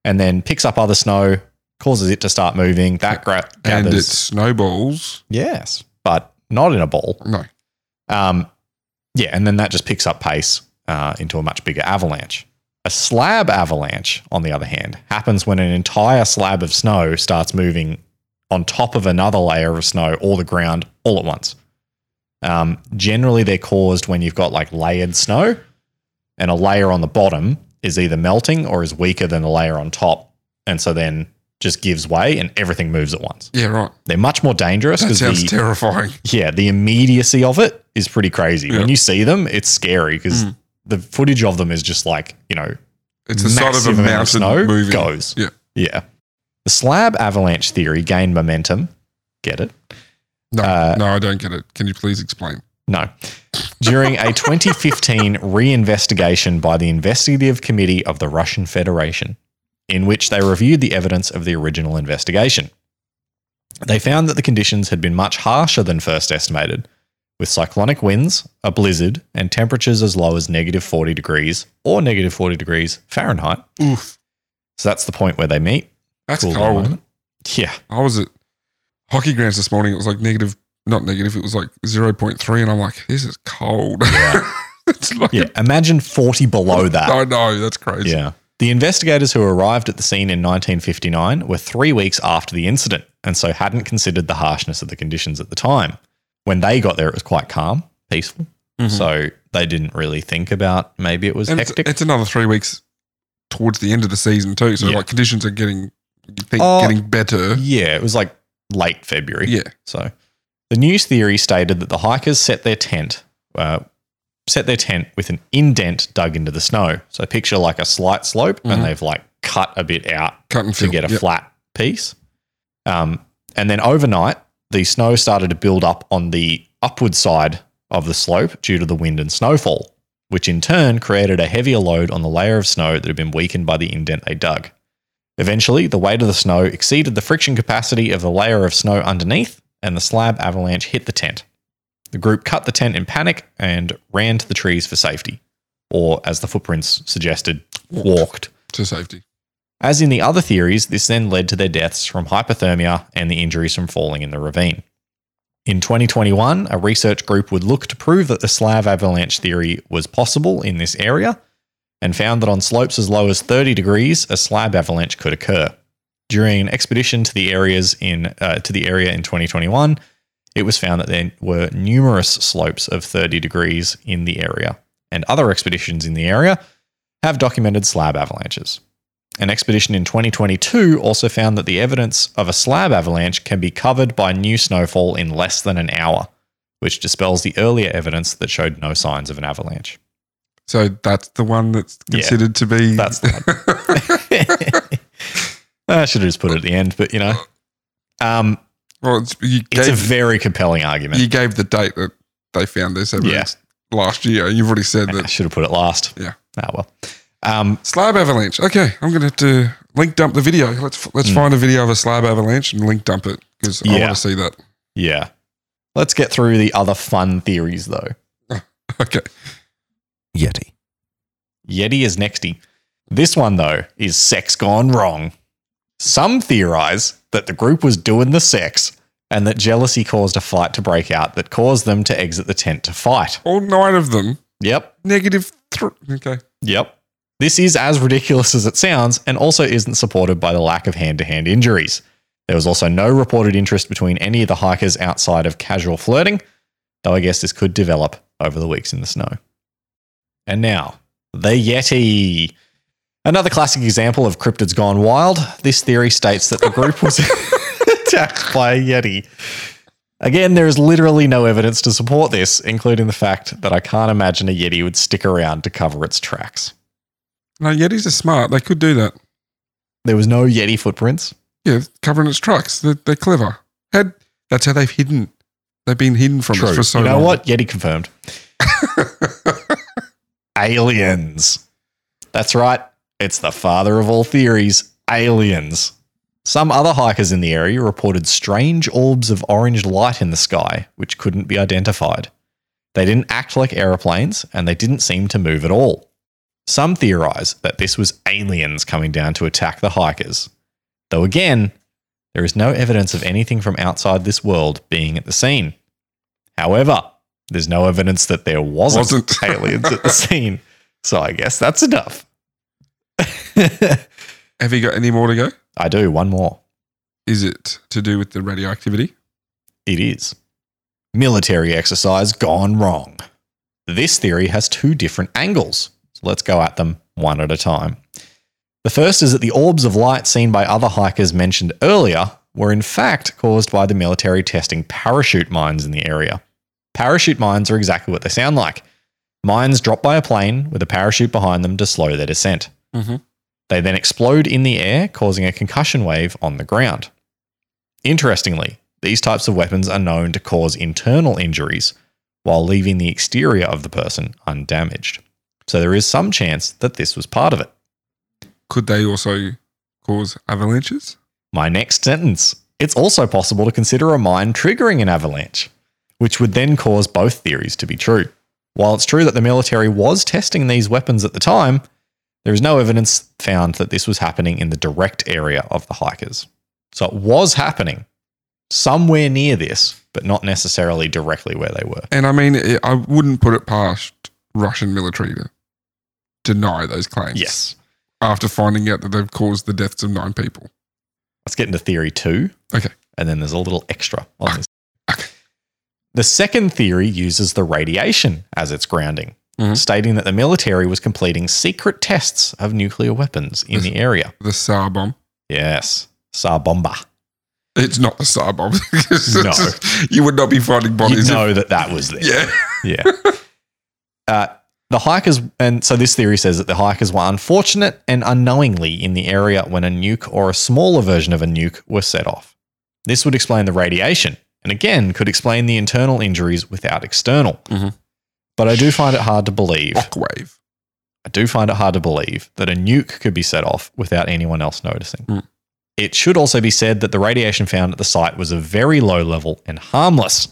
A: and then picks up other snow, causes it to start moving. That gra-
B: And it
A: gathers.
B: snowballs.
A: Yes, but not in a ball.
B: No.
A: Um, yeah, and then that just picks up pace uh, into a much bigger avalanche. A slab avalanche, on the other hand, happens when an entire slab of snow starts moving on top of another layer of snow or the ground all at once. Um, generally, they're caused when you've got like layered snow, and a layer on the bottom is either melting or is weaker than the layer on top. And so then just gives way and everything moves at once.
B: Yeah, right.
A: They're much more dangerous
B: That
A: because the,
B: sounds terrifying.
A: yeah, the immediacy of it is pretty crazy.
B: Yeah.
A: When you see them, it's scary because
B: Mm.
A: the footage of them is just like, you know,
B: It's the side of
A: massive
B: a
A: amount
B: mountain
A: snow
B: moving.
A: goes.
B: Yeah.
A: Yeah. The slab avalanche theory gained momentum. Get it?
B: No,
A: Uh,
B: no, I don't get it. Can you please explain?
A: No. During a 2015 reinvestigation by the Investigative Committee of the Russian Federation, in which they reviewed the evidence of the original investigation, they found that the conditions had been much harsher than first estimated, with cyclonic winds, a blizzard, and temperatures as low as negative 40 degrees or negative 40 degrees Fahrenheit.
B: Oof,
A: So that's the point where they meet.
B: that's
A: Cool
B: cold.
A: moment. Yeah.
B: I was at hockey grounds this morning. It was like negative, not negative. It was like zero point three, and I'm like, this is cold. it's like
A: Yeah. Imagine 40 below that.
B: I know that's crazy.
A: Yeah. The investigators who arrived at the scene in 1959 were three weeks after the incident and so hadn't considered the harshness of the conditions at the time. When they got there, it was quite calm, peaceful.
B: Mhm.
A: So they didn't really think about maybe it was
B: and it's,
A: hectic.
B: it's another three weeks towards the end of the season too. So
A: Yeah.
B: like conditions are getting, you think,
A: Oh,
B: getting better.
A: yeah, it was like late February.
B: Yeah,
A: So, the news theory stated that the hikers set their tent, uh, set their tent with an indent dug into the snow. So picture like a slight slope,
B: Mhm.
A: and they've like cut a bit out
B: cut and
A: to
B: fill.
A: get a
B: Yep.
A: flat piece. Um, and then overnight, the snow started to build up on the upward side of the slope due to the wind and snowfall, which in turn created a heavier load on the layer of snow that had been weakened by the indent they dug. Eventually, the weight of the snow exceeded the friction capacity of the layer of snow underneath, and the slab avalanche hit the tent. The group cut the tent in panic and ran to the trees for safety, or as the footprints suggested, walked.
B: to safety.
A: As in the other theories, this then led to their deaths from hypothermia and the injuries from falling in the ravine. In 2021, a research group would look to prove that the Slav avalanche theory was possible in this area and found that on slopes as low as 30 degrees, a slab avalanche could occur. During an expedition to the areas in uh, to the area in 2021, it was found that there were numerous slopes of 30 degrees in the area, and other expeditions in the area have documented slab avalanches. An expedition in 2022 also found that the evidence of a slab avalanche can be covered by new snowfall in less than an hour, which dispels the earlier evidence that showed no signs of an avalanche.
B: So that's the one that's
A: Yeah.
B: considered to be.
A: That's I should have just put it at the end, but you know, um,
B: well, it's, you
A: it's a
B: gave
A: very compelling argument.
B: you gave the date that they found this evidence last year. You've already said
A: I
B: that
A: should have put it last.
B: Yeah.
A: Ah, well. Um,
B: slab avalanche. Okay, I'm gonna have to link dump the video. Let's let's
A: Mm.
B: find a video of a slab avalanche and link dump it because I
A: Yeah.
B: want to see that.
A: yeah. Let's get through the other fun theories, though.
B: Okay,
C: Yeti.
A: Yeti is nexty. This one, though, is sex gone wrong. Some theorize that the group was doing the sex and that jealousy caused a fight to break out that caused them to exit the tent to fight.
B: all nine of them
A: Yep,
B: negative. Th- okay,
A: yep. This is as ridiculous as it sounds and also isn't supported by the lack of hand to hand injuries. There was also no reported interest between any of the hikers outside of casual flirting, though I guess this could develop over the weeks in the snow. And now, the Yeti. Another classic example of cryptids gone wild. This theory states that the group was attacked by a Yeti. Again, there is literally no evidence to support this, including the fact that I can't imagine a Yeti would stick around to cover its tracks.
B: No, Yetis are smart. They could do that.
A: There was no Yeti footprints.
B: Yeah, covering its tracks. They're, they're clever. Had that's how they've hidden. They've been hidden from us for so
A: you know
B: long.
A: what? Yeti confirmed. aliens. That's right. It's the father of all theories aliens. Some other hikers in the area reported strange orbs of orange light in the sky, which couldn't be identified. They didn't act like aeroplanes and they didn't seem to move at all. Some theorize that this was aliens coming down to attack the hikers. Though again, there is no evidence of anything from outside this world being at the scene. However, there's no evidence that there wasn't,
B: Wasn't.
A: aliens at the scene. So I guess that's enough.
B: Have you got any more to go?
A: I do one more.
B: Is it to do with the radioactivity?
A: It is. Military exercise gone wrong. This theory has two different angles, so let's go at them one at a time. The first is that the orbs of light seen by other hikers mentioned earlier were in fact caused by the military testing parachute mines in the area. Parachute mines are exactly what they sound like mines dropped by a plane with a parachute behind them to slow their descent.
B: Mhm.
A: They then explode in the air, causing a concussion wave on the ground. Interestingly, these types of weapons are known to cause internal injuries while leaving the exterior of the person undamaged. So there is some chance that this was part of it.
B: Could they also cause avalanches?
A: My next sentence. It's also possible to consider a mine triggering an avalanche, which would then cause both theories to be true. While it's true that the military was testing these weapons at the time, there is no evidence found that this was happening in the direct area of the hikers. So it was happening somewhere near this, but not necessarily directly where they were.
B: And I mean, it- I wouldn't put it past Russian military to deny those claims.
A: Yes.
B: After finding out that they've caused the deaths of nine people.
A: Let's get into theory two.
B: Okay.
A: And then there's a little extra on this.
B: Okay.
A: The second theory uses the radiation as its grounding,
B: Mhm.
A: stating that the military was completing secret tests of nuclear weapons in the area.
B: The SAR bomb.
A: Yes. Tsar bomba.
B: It's not the SAR bomb.
A: No.
B: You would not be finding
A: You
B: bodies. if-
A: know that that was there.
B: yeah.
A: Yeah. uh, the hikers, and so this theory says that the hikers were unfortunate and unknowingly in the area when a nuke or a smaller version of a nuke were set off. This would explain the radiation, and again, could explain the internal injuries without external.
B: Mhm.
A: But I do find it hard to believe.
B: Shock wave.
A: I do find it hard to believe that a nuke could be set off without anyone else noticing.
B: Hmm.
A: It should also be said that the radiation found at the site was of very low level and harmless,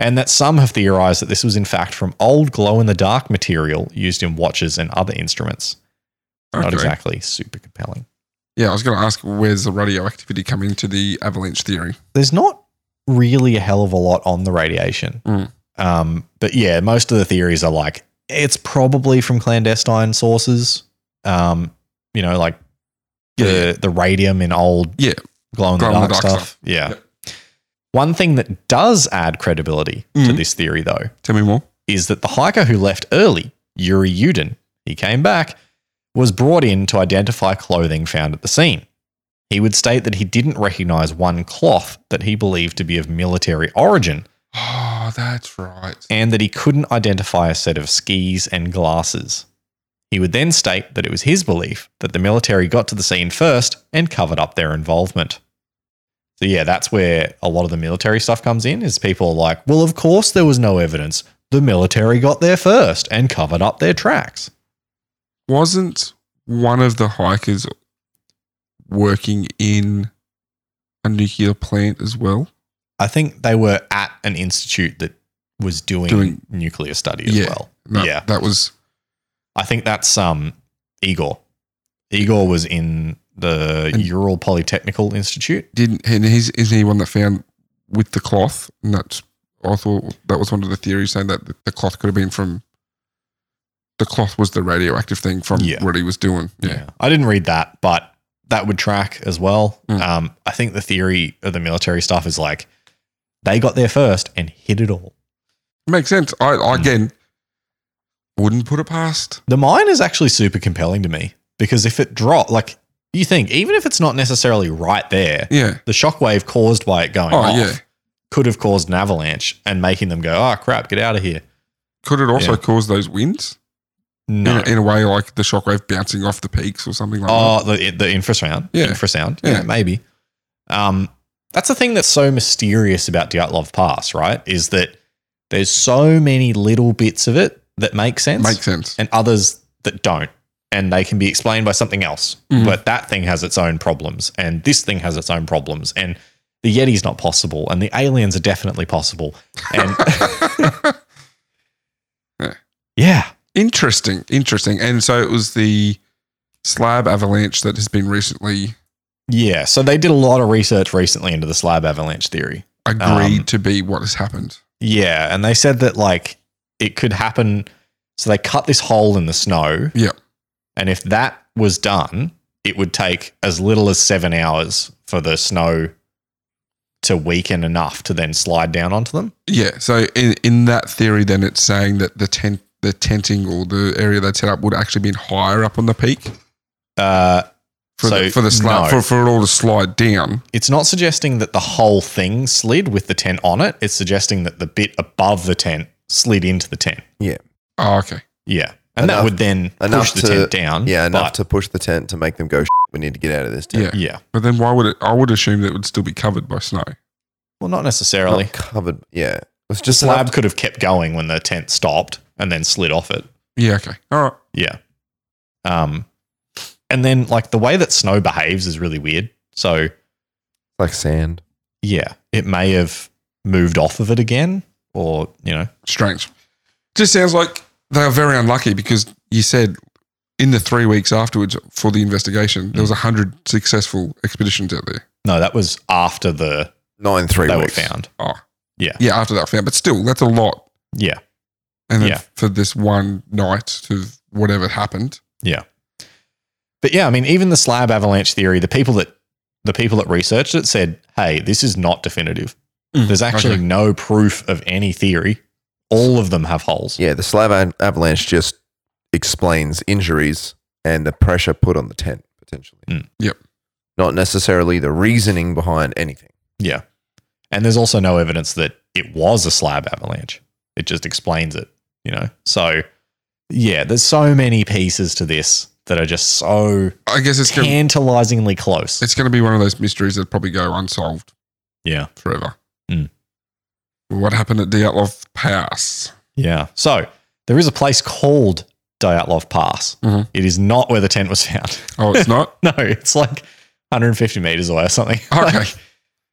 A: and that some have theorized that this was in fact from old glow in the dark material used in watches and other instruments. Not
B: Okay.
A: exactly super compelling.
B: Yeah, I was going to ask where's the radioactivity come into the avalanche theory?
A: There's not really a hell of a lot on the radiation.
B: Hmm.
A: Um, but yeah, most of the theories are like it's probably from clandestine sources. Um, you know, like the the radium in old
B: Yeah.
A: glow in the dark
B: Glow-in-the-dark
A: stuff.
B: stuff.
A: Yeah.
B: Yep.
A: One thing that does add credibility to
B: Mhm.
A: this theory, though,
B: Tell me more.
A: is that the hiker who left early, Yuri Yudin, he came back, was brought in to identify clothing found at the scene. He would state that he didn't recognize one cloth that he believed to be of military origin
B: Oh, that's right.
A: and that he couldn't identify a set of skis and glasses. He would then state that it was his belief that the military got to the scene first and covered up their involvement. So yeah, that's where a lot of the military stuff comes in is people are like, "Well, of course there was no evidence. The military got there first and covered up their tracks."
B: Wasn't one of the hikers working in a nuclear plant as well?
A: I think they were at an institute that was doing,
B: Doing-
A: nuclear study as
B: Yeah.
A: well.
B: That,
A: Yeah.
B: That was,
A: I think that's um Igor. Igor was in the
B: And-
A: Ural Polytechnical Institute.
B: didn't, and he's, isn't he one that found with the cloth? And that's, I thought that was one of the theories saying that the cloth could have been from, the cloth was the radioactive thing from
A: Yeah.
B: what he was doing. Yeah.
A: I didn't read that, but that would track as well.
B: Mm.
A: Um, I think the theory of the military stuff is like they got there first and hit it all.
B: Makes sense. I, I
A: Mm.
B: again, wouldn't put it past.
A: The mine is actually super compelling to me Because if it dropped, like you think, even if it's not necessarily right there,
B: Yeah.
A: the shockwave caused by it going
B: Oh,
A: off
B: yeah.
A: could have caused an avalanche and making them go, oh crap, get out of here.
B: Could it also
A: Yeah.
B: cause those winds?
A: No.
B: In, a, in a way, like the shockwave bouncing off the peaks or something like that.
A: Oh, the the infrasound.
B: Uh-huh. Yeah.
A: Infrasound.
B: Yeah.
A: Yeah. maybe. Um, that's the thing that's so mysterious about Dyatlov Pass, right? Is that there's so many little bits of it that make sense
B: Makes sense.
A: and others that don't. And they can be explained by something else.
B: Mhm.
A: But that thing has its own problems, and this thing has its own problems, and the Yeti's not possible, and the aliens are definitely possible. And yeah.
B: interesting. Interesting. And so it was the slab avalanche that has been recently
A: Yeah. So they did a lot of research recently into the slab avalanche theory.
B: agreed
A: Um,
B: to be what has happened.
A: Yeah, and they said that like it could happen. So they cut this hole in the snow.
B: Yeah.
A: and if that was done, it would take as little as seven hours for the snow to weaken enough to then slide down onto them.
B: Yeah. So in, in that theory, then it's saying that the tent, the tenting or the area they set up would actually been higher up on the peak
A: Uh,
B: for
A: So,
B: the, for the slab
A: no.
B: for, for it all to slide down.
A: it's not suggesting that the whole thing slid with the tent on it. It's suggesting that the bit above the tent slid into the tent.
B: Oh, okay.
A: Yeah, and that
C: Enough-
A: would then
C: enough
A: push the
C: to-
A: tent down.
C: Yeah, enough
A: Hmm? but-
C: to push the tent to make them go. "Shit, We need to get out of this tent.
B: Yeah.
A: yeah.
B: But then why would it? I would assume that it would still be covered by snow.
A: Well, not
C: Not
A: necessarily.
C: covered. Yeah, it's just
A: slab
C: enough
A: could have kept going when the tent stopped and then slid off it.
B: Yeah. Okay. All right.
A: Yeah. Um, and then like the way that snow behaves is really weird. So
C: to- like sand.
A: yeah, it may have moved off of it again, or you know,
B: Strange. Just sounds like they are very unlucky because you said in the three weeks afterwards for the investigation, there was hundred successful expeditions out there.
A: no, that was after the
C: Not in three
A: they
C: weeks.
A: were found.
B: Yeah. After that, I found, but still, that's a lot.
A: Yeah,
B: And then
A: Yeah.
B: for this one night to whatever happened.
A: but yeah, I mean, even the slab avalanche theory, the people that the people that researched it said, hey, this is not definitive.
B: Mm,
A: There's actually
B: okay.
A: no proof of any theory. All of them have holes.
C: Yeah, the slab av- avalanche just explains injuries and the pressure put on the tent potentially.
A: Mm.
B: Yep.
C: Not necessarily the reasoning behind anything.
A: Yeah. And there's also no evidence that it was a slab avalanche. It just explains it, you know? So, yeah, there's so many pieces to this that are just so
B: I guess it's gonna,
A: tantalizingly close.
B: it's going to be one of those mysteries that probably go unsolved
A: Yeah.
B: forever.
A: Mm.
B: What happened at Dyatlov Pass?
A: Yeah. So, there is a place called Dyatlov Pass.
B: Mhm.
A: It is not where the tent was found.
B: Oh, it's not
A: no, it's like 150 meters away or something.
B: Okay.
A: Like,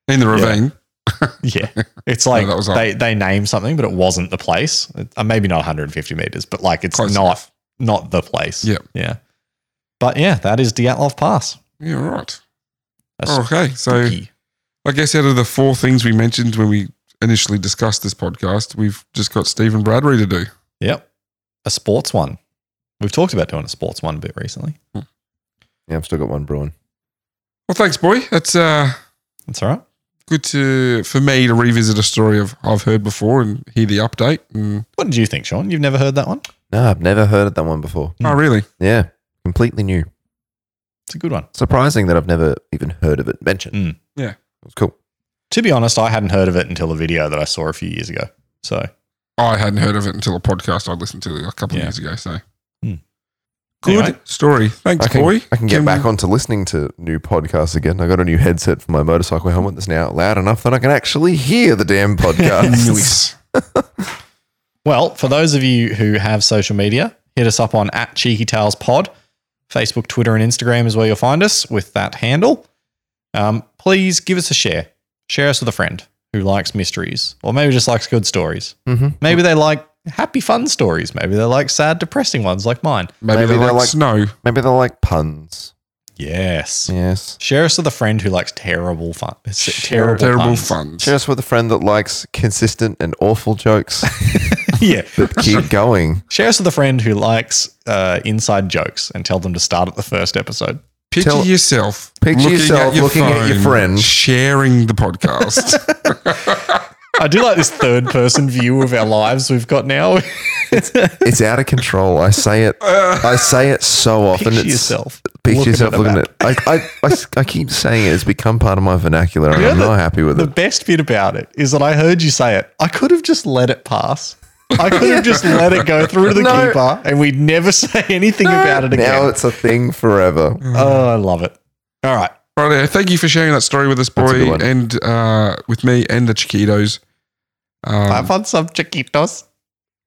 B: in the ravine.
A: yeah. It's like
B: that was all-
A: they, they named something, but it wasn't the place. Uh, maybe not 150 meters, but like it's
B: Close
A: not
B: enough.
A: not the place.
B: Yep.
A: Yeah. But yeah, that is Dyatlov Pass.
B: Yeah, right.
A: That's
B: Okay, Oh, so
A: spooky.
B: I guess out of the four things we mentioned when we initially discussed this podcast, we've just got Stephen Bradbury to do.
A: Yep. A sports one. We've talked about doing a sports one a bit recently.
C: Yeah, I've still got one brewing.
B: Well, thanks, boy. That's uh,
A: That's all right.
B: good to for me to revisit a story I've, I've heard before and hear the update. And,
A: What did you think, Sean? You've never heard that one?
C: No, I've never heard of that one before.
A: Hmm.
B: Oh, really?
C: Yeah, completely new.
A: It's a good one.
C: Surprising that I've never even heard of it mentioned.
A: Mm.
B: Yeah.
C: it was cool.
A: To be honest, I hadn't heard of it until a video that I saw a few years ago. So
B: I hadn't heard of it until a podcast I listened to a couple
A: Yeah.
B: of years ago. So
A: Hmm.
B: good
A: Anyway.
B: story. Thanks,
C: I can,
B: boy.
C: I can get back onto listening to new podcasts again. I got a new headset for my motorcycle helmet that's now loud enough that I can actually hear the damn podcast.
B: Nice.
A: Well, for those of you who have social media, hit us up on at Cheeky Tales Pod. Facebook, Twitter, and Instagram is where you'll find us with that handle. Um, please give us a share. Share us with a friend who likes mysteries or maybe just likes good stories.
C: Mhm.
A: Maybe they like happy, fun stories. Maybe they like sad, depressing ones like mine.
B: Maybe, they like, snow.
C: Maybe they're like puns.
A: Yes.
C: Yes.
A: Share us with a friend who likes terrible fun. Terrible,
B: Terrible
A: puns.
B: funds.
C: Share us with a friend that likes consistent and awful jokes
A: yeah.
C: that keep going.
A: Share us with a friend who likes uh, inside jokes and tell them to start at the first episode.
B: Picture
C: Tell-
B: yourself.
C: Picture yourself looking at your friend.
B: Sharing the podcast.
A: I do like this third person view of our lives we've got now.
C: It's out of control. I say it. I say it so often.
A: Picture
C: it's
A: yourself.
C: Picture
A: looking
C: yourself
A: at a
C: looking
A: map.
C: at. I, I, I, I keep saying it. It's become part of my vernacular, and
A: Yeah,
C: I'm
A: the-
C: not happy with
A: The
C: it.
A: best bit about it is that I heard you say it. I could have just let it pass. I could have just let it go through the
C: No.
A: keeper and we'd never say anything about it
C: Now
A: again.
C: it's a thing forever.
A: Oh, I love it. All right.
B: Right, thank you for sharing that story with us,
C: That's a good
B: boy,
C: one.
B: and uh, with me and the Chiquitos. Um,
A: I've had some chiquitos.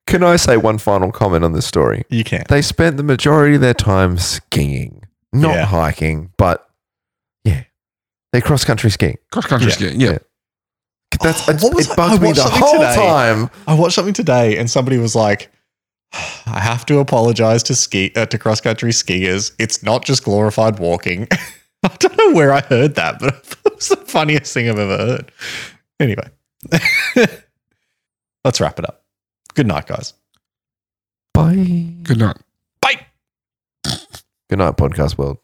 C: Can I say one final comment on this story?
A: You can.
C: They spent the majority of their time skiing, not
A: Yeah.
C: hiking, but yeah, they're cross country skiing.
B: cross country
A: Yeah.
B: skiing, yeah.
C: Yeah. That's
A: Oh,
C: it,
A: what was I-
C: it bugged
A: I
C: me
A: watched
C: the
A: something
C: whole
A: today.
C: time.
A: I watched something today and somebody was like, I have to apologize to ski uh, to cross country skiers. It's not just glorified walking. I don't know where I heard that, but it was the funniest thing I've ever heard. Anyway, let's wrap it up. Good night, guys.
C: Bye.
B: Good night.
C: Good night, podcast world.